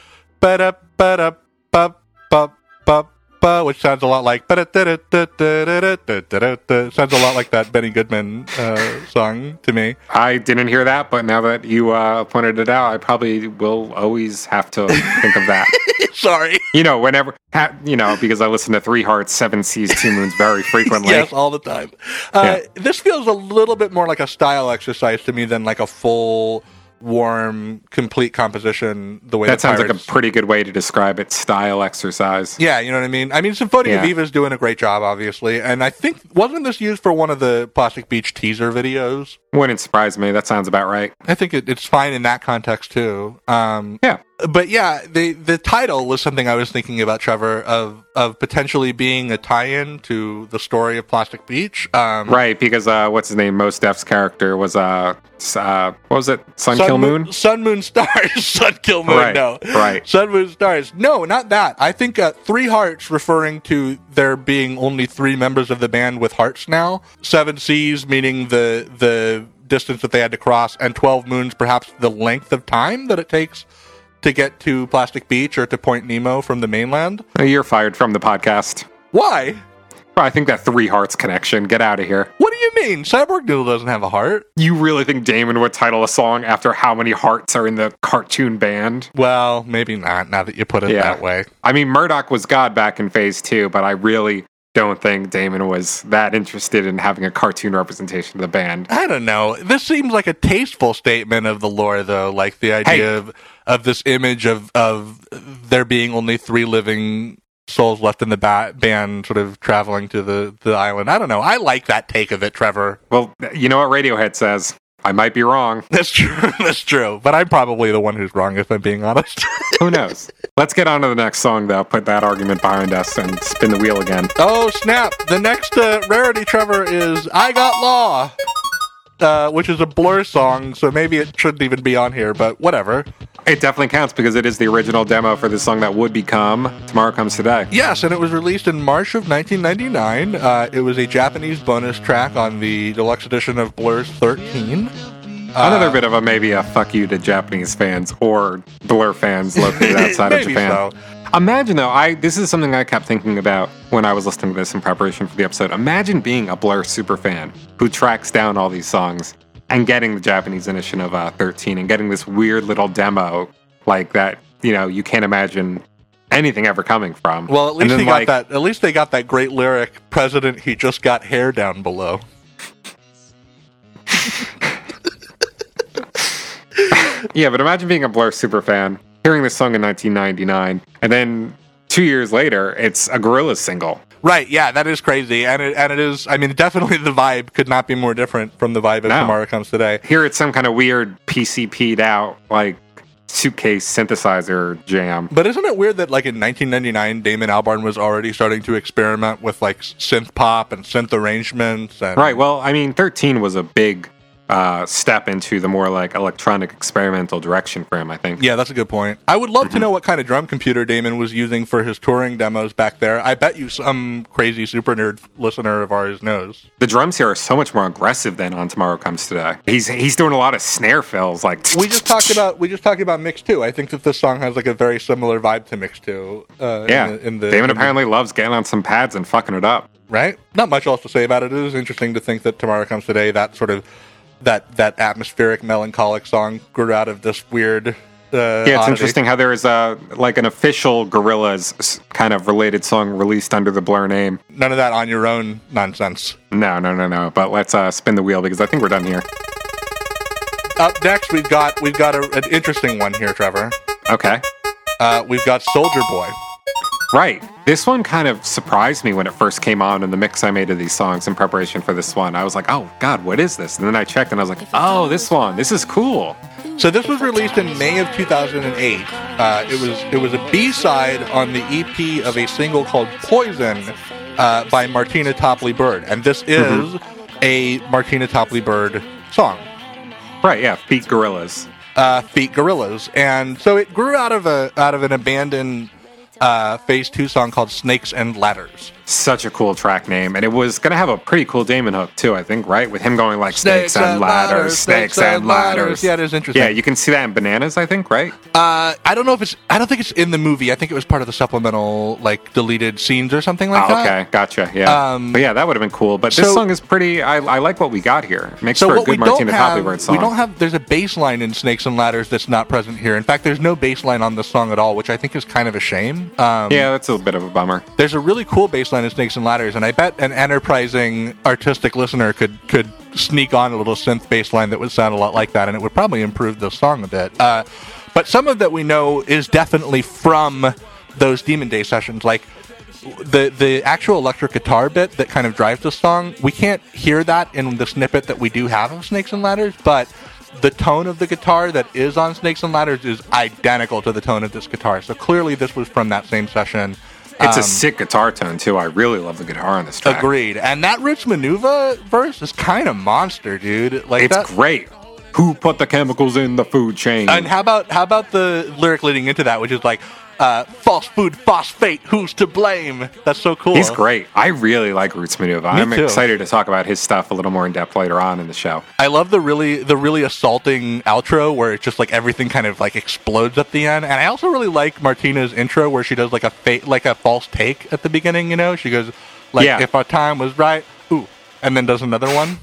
Speaker 1: ba da ba da ba ba ba ba, which sounds a lot like ba da da da da da da da da da. Sounds a lot like that Benny Goodman uh, song to me.
Speaker 2: I didn't hear that, but now that you uh, pointed it out, I probably will always have to think of that.
Speaker 1: Sorry,
Speaker 2: You know, whenever ha- you know, because I listen to Three Hearts, Seven Seas, Two Moons very frequently.
Speaker 1: yes, all the time. Uh, This feels a little bit more like a style exercise to me than like a full, warm, complete composition. The way
Speaker 2: that sounds like
Speaker 1: Pirates-
Speaker 2: a pretty good way to describe it. Style exercise.
Speaker 1: Yeah, you know what I mean. I mean, Symphonia
Speaker 2: Yeah.
Speaker 1: Viva is doing a great job, obviously, and I think wasn't this used for one of the Plastic Beach teaser videos?
Speaker 2: Wouldn't surprise me. That sounds about right.
Speaker 1: I think it, it's fine in that context too. Um,
Speaker 2: Yeah.
Speaker 1: but yeah, the the title was something I was thinking about, Trevor, of of potentially being a tie-in to the story of Plastic Beach. Um,
Speaker 2: Right, because uh, what's his name? Most Def's character was uh, s- uh, what was it? Sun, Kill
Speaker 1: Moon-
Speaker 2: Moon.
Speaker 1: Sun, Moon, Stars, Sun, Kill Moon.
Speaker 2: Right,
Speaker 1: No,
Speaker 2: right.
Speaker 1: Sun, Moon, Stars. No, not that. I think uh, Three Hearts, referring to there being only three members of the band with hearts now. Seven Seas, meaning the the distance that they had to cross, and Twelve Moons, perhaps the length of time that it takes to get to Plastic Beach or to Point Nemo from the mainland.
Speaker 2: Oh, You're fired from the podcast.
Speaker 1: Why?
Speaker 2: Well, I think that three hearts connection. Get out of here.
Speaker 1: What do you mean? Cyborg Noodle doesn't have a heart.
Speaker 2: You really think Damon would title a song after how many hearts are in the cartoon band?
Speaker 1: Well, maybe not. Now that you put it
Speaker 2: Yeah.
Speaker 1: that way.
Speaker 2: I mean, Murdoch was God back in phase two, but I really don't think Damon was that interested in having a cartoon representation of the band.
Speaker 1: I don't know. This seems like a tasteful statement of the lore, though. Like the idea
Speaker 2: Hey.
Speaker 1: of, of this image of of there being only three living souls left in the ba- band, sort of traveling to the the island. I don't know. I like that take of it, Trevor.
Speaker 2: Well, you know what Radiohead says? I might be wrong.
Speaker 1: That's true. That's true. But I'm probably the one who's wrong, if I'm being honest.
Speaker 2: Who knows? Let's get on to the next song, though. Put that argument behind us and spin the wheel again.
Speaker 1: oh snap! The next uh, rarity, Trevor, is "I Got Law." Uh, which is a blur song, so maybe it shouldn't even be on here, but whatever.
Speaker 2: It definitely counts because it is the original demo for the song that would become Tomorrow Comes Today.
Speaker 1: Yes, and it was released in March of 1999. Uh, it was a Japanese bonus track on the deluxe edition of Blur's 13.
Speaker 2: Another bit of a maybe a fuck you to Japanese fans or Blur fans located outside of
Speaker 1: Maybe
Speaker 2: Japan.
Speaker 1: so.
Speaker 2: Imagine though, I this is something I kept thinking about when I was listening to this in preparation for the episode. Imagine being a Blur super fan who tracks down all these songs and getting the Japanese edition of uh, 13 and getting this weird little demo like that. You know, you can't imagine anything ever coming from.
Speaker 1: Well, at
Speaker 2: And
Speaker 1: least
Speaker 2: then,
Speaker 1: they
Speaker 2: like,
Speaker 1: got that. At least they got that great lyric. President, he just got hair down below.
Speaker 2: Yeah, but imagine being a Blur super fan, hearing this song in 1999, and then two years later, it's a Gorillaz single.
Speaker 1: Right? Yeah, that is crazy, and it and it is. I mean, definitely the vibe could not be more different from the vibe of
Speaker 2: No.
Speaker 1: Tomorrow Comes Today.
Speaker 2: Here it's some kind of weird PCP'd out, like suitcase synthesizer jam.
Speaker 1: But isn't it weird that like in 1999, Damon Albarn was already starting to experiment with like synth pop and synth arrangements and
Speaker 2: Right, well, I mean, 13 was a big uh, step into the more like electronic experimental direction for him, I think.
Speaker 1: Yeah, that's a good point. I would love to know what kind of drum computer Damon was using for his touring demos back there. I bet you some crazy super nerd listener of ours knows.
Speaker 2: The drums here are so much more aggressive than on Tomorrow Comes Today. He's he's doing a lot of snare fills, like
Speaker 1: We just talked about we just talked about Mix Two. I think that this song has like a very similar vibe to Mix Two. Uh, in
Speaker 2: yeah.
Speaker 1: the- in the,
Speaker 2: Damon
Speaker 1: in the-
Speaker 2: apparently loves getting on some pads and fucking it up.
Speaker 1: right. Not much else to say about it. It is interesting to think that Tomorrow Comes Today, that sort of that that atmospheric melancholic song grew out of this weird. Uh,
Speaker 2: Yeah, it's
Speaker 1: oddity.
Speaker 2: interesting how there is a like an official Gorillas s- kind of related song released under the Blur name.
Speaker 1: None of that on your own nonsense.
Speaker 2: No, no, no, no. But let's uh, spin the wheel because I think we're done here.
Speaker 1: Up next, we've got we've got a, an interesting one here, Trevor.
Speaker 2: Okay,
Speaker 1: Uh, we've got Soldier Boy.
Speaker 2: right. This one kind of surprised me when it first came on in the mix I made of these songs in preparation for this one. I was like, oh God, what is this? And then I checked and I was like, oh, this one. This is cool.
Speaker 1: So this was released in May of 2008. Uh, it was it was a B-side on the EP of a single called Poison uh, by Martina Topley Bird, and this is a Martina Topley Bird song.
Speaker 2: Right, yeah, Pete Gorillas.
Speaker 1: uh, Feet Gorillas, and so it grew out of a out of an abandoned uh, Phase Two song called Snakes and Ladders.
Speaker 2: Such a cool track name, and it was gonna have a pretty cool Damon hook too, I think, right? With him going like snakes, and ladders, snakes and ladders.
Speaker 1: Yeah, it is interesting.
Speaker 2: Yeah, you can see that in Bananas, I think, right?
Speaker 1: uh, I don't know if it's I don't think it's in the movie. I think it was part of the supplemental like deleted scenes or something like
Speaker 2: Oh,
Speaker 1: that.
Speaker 2: okay, gotcha. Yeah,
Speaker 1: Um,
Speaker 2: but yeah, that would have been cool. But this
Speaker 1: so-
Speaker 2: song is pretty. I, I like what we got here. It Makes
Speaker 1: So
Speaker 2: for a
Speaker 1: what we
Speaker 2: good
Speaker 1: don't
Speaker 2: Martina Topley
Speaker 1: have,
Speaker 2: Bird song.
Speaker 1: we don't have. There's a bass line in Snakes and Ladders that's not present here. In fact, there's no bass line on this song at all, which I think is kind of a shame. Um,
Speaker 2: yeah, that's a bit of a bummer.
Speaker 1: There's a really cool bass line in Snakes and Ladders, and I bet an enterprising artistic listener could could sneak on a little synth bass line that would sound a lot like that, and it would probably improve the song a bit. Uh, but some of that we know is definitely from those Demon Day sessions, like the the actual electric guitar bit that kind of drives the song. We can't hear that in the snippet that we do have of Snakes and Ladders, but the tone of the guitar that is on Snakes and Ladders is identical to the tone of this guitar. So clearly, this was from that same session.
Speaker 2: It's a
Speaker 1: Um,
Speaker 2: sick guitar tone too. I really love the guitar on this track.
Speaker 1: Agreed. And that Rich Manuva verse is kind of monster, dude. Like
Speaker 2: It's
Speaker 1: that.
Speaker 2: great. Who put the chemicals in the food chain?
Speaker 1: and how about how about the lyric leading into that, which is like, uh, "False food, phosphate. Who's to blame?" That's so cool.
Speaker 2: He's great. I really like Roots Manuva. I'm
Speaker 1: too.
Speaker 2: excited to talk about his stuff a little more in depth later on in the show.
Speaker 1: I love the really the really assaulting outro where it's just like everything kind of like explodes at the end. And I also really like Martina's intro where she does like a fa- like a false take at the beginning. You know, she goes like,
Speaker 2: Yeah.
Speaker 1: "If our time was right, ooh," and then does another one.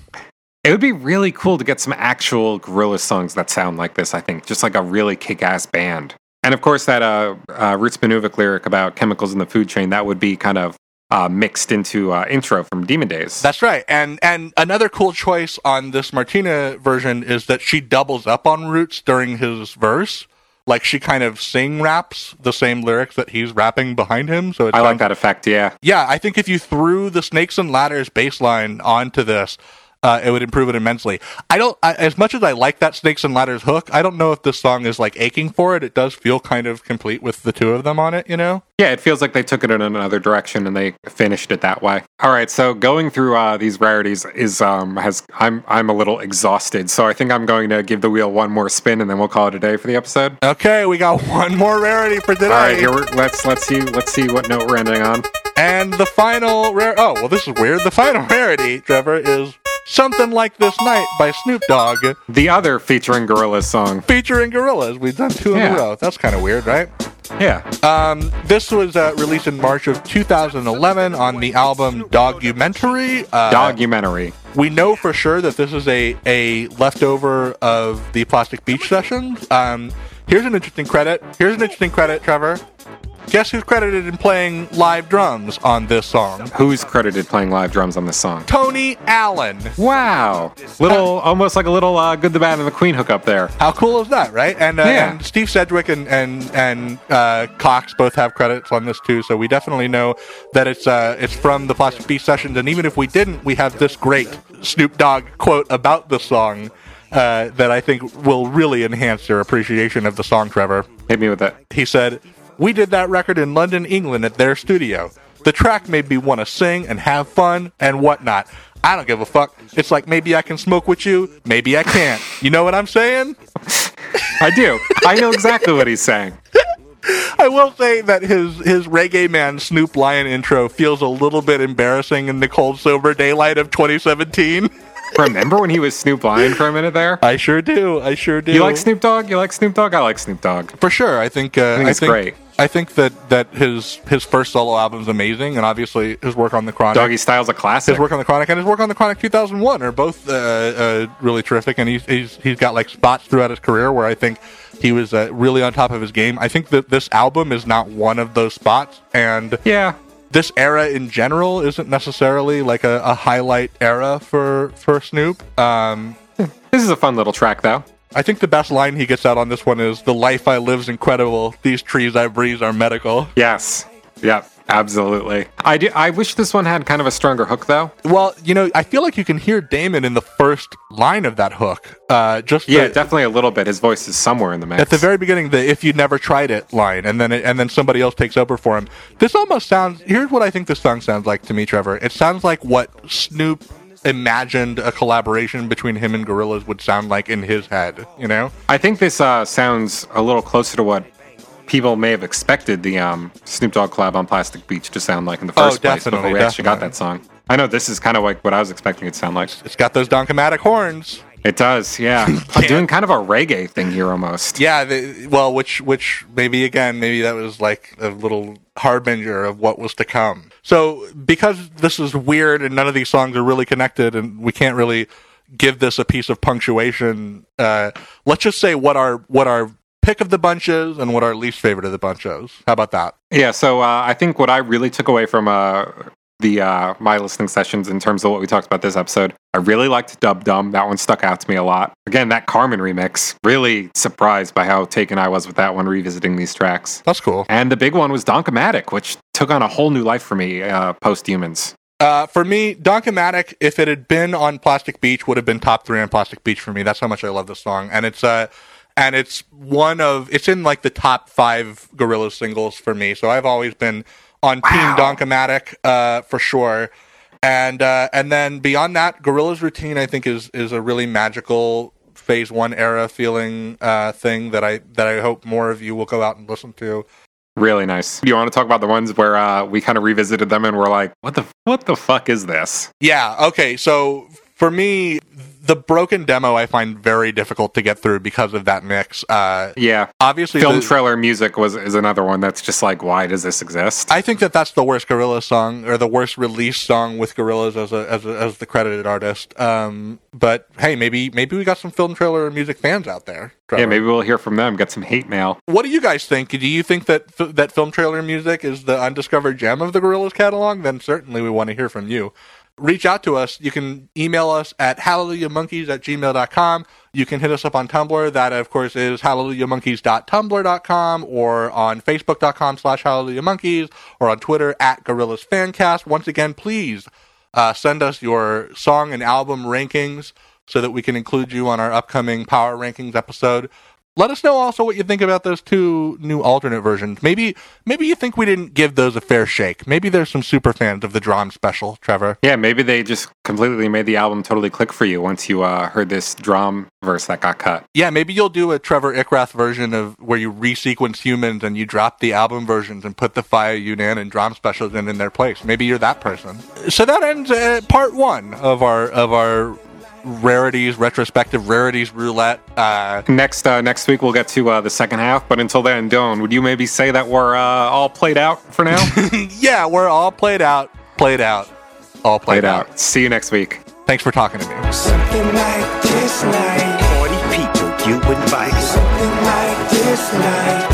Speaker 2: It would be really cool to get some actual Gorilla songs that sound like this, I think, just like a really kick ass band. And of course, that uh, uh, Roots Manuvic lyric about chemicals in the food chain, that would be kind of uh, mixed into uh, intro from Demon Days.
Speaker 1: That's right. And and another cool choice on this Martina version is that she doubles up on Roots during his verse. Like she kind of sing raps the same lyrics that he's rapping behind him. So it
Speaker 2: I like
Speaker 1: sounds-
Speaker 2: that effect, yeah.
Speaker 1: Yeah, I think if you threw the Snakes and Ladders bass line onto this, uh, it would improve it immensely. I don't, I, as much as I like that Snakes and Ladders hook, I don't know if this song is like aching for it. It does feel kind of complete with the two of them on it, you know?
Speaker 2: Yeah, it feels like they took it in another direction and they finished it that way. All right, so going through uh, these rarities is um has I'm I'm a little exhausted, so I think I'm going to give the wheel one more spin and then we'll call it a day for the episode.
Speaker 1: Okay, we got one more rarity for today.
Speaker 2: All right, here we're, let's let's see let's see what note we're ending on.
Speaker 1: And the final rare. Oh, well, this is weird. The final rarity, Trevor, is Something Like This Night by Snoop Dogg
Speaker 2: The other featuring Gorillaz song.
Speaker 1: featuring Gorillaz. We've done two in
Speaker 2: Yeah.
Speaker 1: a row. That's kind of weird, right?
Speaker 2: Yeah.
Speaker 1: Um, this was uh, released in March of 2011 on the album Documentary. Uh,
Speaker 2: Documentary.
Speaker 1: We know for sure that this is a, a leftover of the Plastic Beach sessions. Um, here's an interesting credit. Here's an interesting credit, Trevor. Guess who's credited in playing live drums on this song?
Speaker 2: Who's credited playing live drums on this song?
Speaker 1: Tony Allen.
Speaker 2: Wow. Little almost like a little uh, good the bad and the queen hook up there.
Speaker 1: How cool is that, right? And, uh,
Speaker 2: Yeah.
Speaker 1: and Steve Sedgwick and and and uh, Cox both have credits on this too, so we definitely know that it's uh, it's from the Plastic Beach sessions. And even if we didn't, we have this great Snoop Dogg quote about the song uh, that I think will really enhance your appreciation of the song, Trevor.
Speaker 2: Hit me with it.
Speaker 1: He said, "We did that record in London, England, at their studio. The track made me want to sing and have fun and whatnot." I don't give a fuck. It's like maybe I can smoke with you, maybe I can't. You know what I'm saying?
Speaker 2: I do. I know exactly what he's saying.
Speaker 1: I will say that his his reggae man Snoop Lion intro feels a little bit embarrassing in the cold sober daylight of 2017.
Speaker 2: Remember when he was Snoop Lion for a minute there?
Speaker 1: I sure do. I sure do.
Speaker 2: You like Snoop Dogg? You like Snoop Dogg? I like Snoop Dogg.
Speaker 1: for sure. I think uh, I
Speaker 2: think
Speaker 1: think,
Speaker 2: it's great.
Speaker 1: I think that that his his first solo album is amazing, and obviously his work on the Chronic.
Speaker 2: Doggy Style's a classic.
Speaker 1: his work on the Chronic and his work on the Chronic 2001 are both uh, uh, really terrific, and he's, he's he's got like spots throughout his career where I think he was uh, really on top of his game. I think that this album is not one of those spots, and
Speaker 2: Yeah.
Speaker 1: this era in general isn't necessarily like a, a highlight era for for Snoop. Um,
Speaker 2: This is a fun little track, though.
Speaker 1: I think the best line he gets out on this one is "The life I live's incredible. These trees I breathe are medical."
Speaker 2: Yes. Yep. Absolutely. I do. I wish this one had kind of a stronger hook, though.
Speaker 1: Well, you know, I feel like you can hear Damon in the first line of that hook. Uh, just
Speaker 2: Yeah,
Speaker 1: the-
Speaker 2: definitely a little bit. His voice is somewhere in the mix.
Speaker 1: at the very beginning, the "If you never tried it" line, and then it, and then somebody else takes over for him. This almost sounds. Here's what I think this song sounds like to me, Trevor. It sounds like what Snoop imagined a collaboration between him and Gorillaz would sound like in his head. You know,
Speaker 2: I think this uh, sounds a little closer to what people may have expected the um, Snoop Dogg collab on Plastic Beach to sound like in the
Speaker 1: Oh,
Speaker 2: first place before we
Speaker 1: definitely,
Speaker 2: actually got
Speaker 1: definitely.
Speaker 2: that song. I know this is kind of like what I was expecting it to sound like.
Speaker 1: it's got those Donkomatic horns.
Speaker 2: It does, yeah. I'm doing kind of a reggae thing here almost.
Speaker 1: Yeah, the, well, which which maybe again, maybe that was like a little harbinger of what was to come. So because this is weird and none of these songs are really connected, and we can't really give this a piece of punctuation. Uh, let's just say what our what our pick of the bunch is and what our least favorite of the bunch is. How about that?
Speaker 2: Yeah, so uh, I think what I really took away from uh, the uh, my listening sessions in terms of what we talked about this episode, I really liked Dub Dum. That one stuck out to me a lot. Again, that Carmen remix. Really surprised by how taken I was with that one revisiting these tracks.
Speaker 1: That's cool.
Speaker 2: And the big one was Donkomatic, which took on a whole new life for me uh, post humans.
Speaker 1: Uh, for me, Donkomatic, if it had been on Plastic Beach, would have been top three on Plastic Beach for me. That's how much I love this song, and it's uh, and it's one of it's in like the top five Gorilla singles for me. So I've always been on Team Donkomatic uh, for sure, and uh, and then beyond that, Gorilla's routine I think is is a really magical Phase One era feeling uh, thing that I that I hope more of you will go out and listen to.
Speaker 2: Really nice. Do you want to talk about the ones where uh, we kind of revisited them and we're like, what the what the fuck is this?
Speaker 1: Yeah. Okay. So for me, the broken demo I find very difficult to get through because of that mix. Uh,
Speaker 2: Yeah,
Speaker 1: obviously,
Speaker 2: film
Speaker 1: the-
Speaker 2: trailer music was is another one that's just like, why does this exist?
Speaker 1: I think that that's the worst Gorilla song or the worst release song with Gorillas as a, as a, as the credited artist. Um, but hey, maybe maybe we got some film trailer and music fans out there. Trevor.
Speaker 2: yeah, maybe we'll hear from them, get some hate mail.
Speaker 1: What do you guys think? Do you think that f- that film trailer music is the undiscovered gem of the Gorillas catalog? Then certainly we want to hear from you. Reach out to us. You can email us at hallelujahmonkeys at gmail.com. You can hit us up on Tumblr. That, of course, is hallelujahmonkeys.tumblr.com or on facebook.com slash hallelujahmonkeys or on Twitter at Gorillas Fancast. Once again, please uh, send us your song and album rankings so that we can include you on our upcoming Power Rankings episode. Let us know also what you think about those two new alternate versions. Maybe maybe you think we didn't give those a fair shake. Maybe there's some super fans of the Drum special, Trevor.
Speaker 2: Yeah, maybe they just completely made the album totally click for you once you uh, heard this drum verse that got cut.
Speaker 1: Yeah, maybe you'll do a Trevor Ickrath version of where you resequence humans and you drop the album versions and put the Fire Yunan and Drum specials in in their place. Maybe you're that person. So that ends uh, part one of our of our rarities retrospective rarities roulette. Uh,
Speaker 2: Next uh, next week we'll get to uh, the second half, but until then, Dylan, would you maybe say that we're uh, all played out for now?
Speaker 1: yeah, we're all played out, played out, all played,
Speaker 2: played out. See you next week.
Speaker 1: out. Thanks for talking to me.
Speaker 5: Something like this night.
Speaker 4: Party people you invite.
Speaker 5: Something like this night.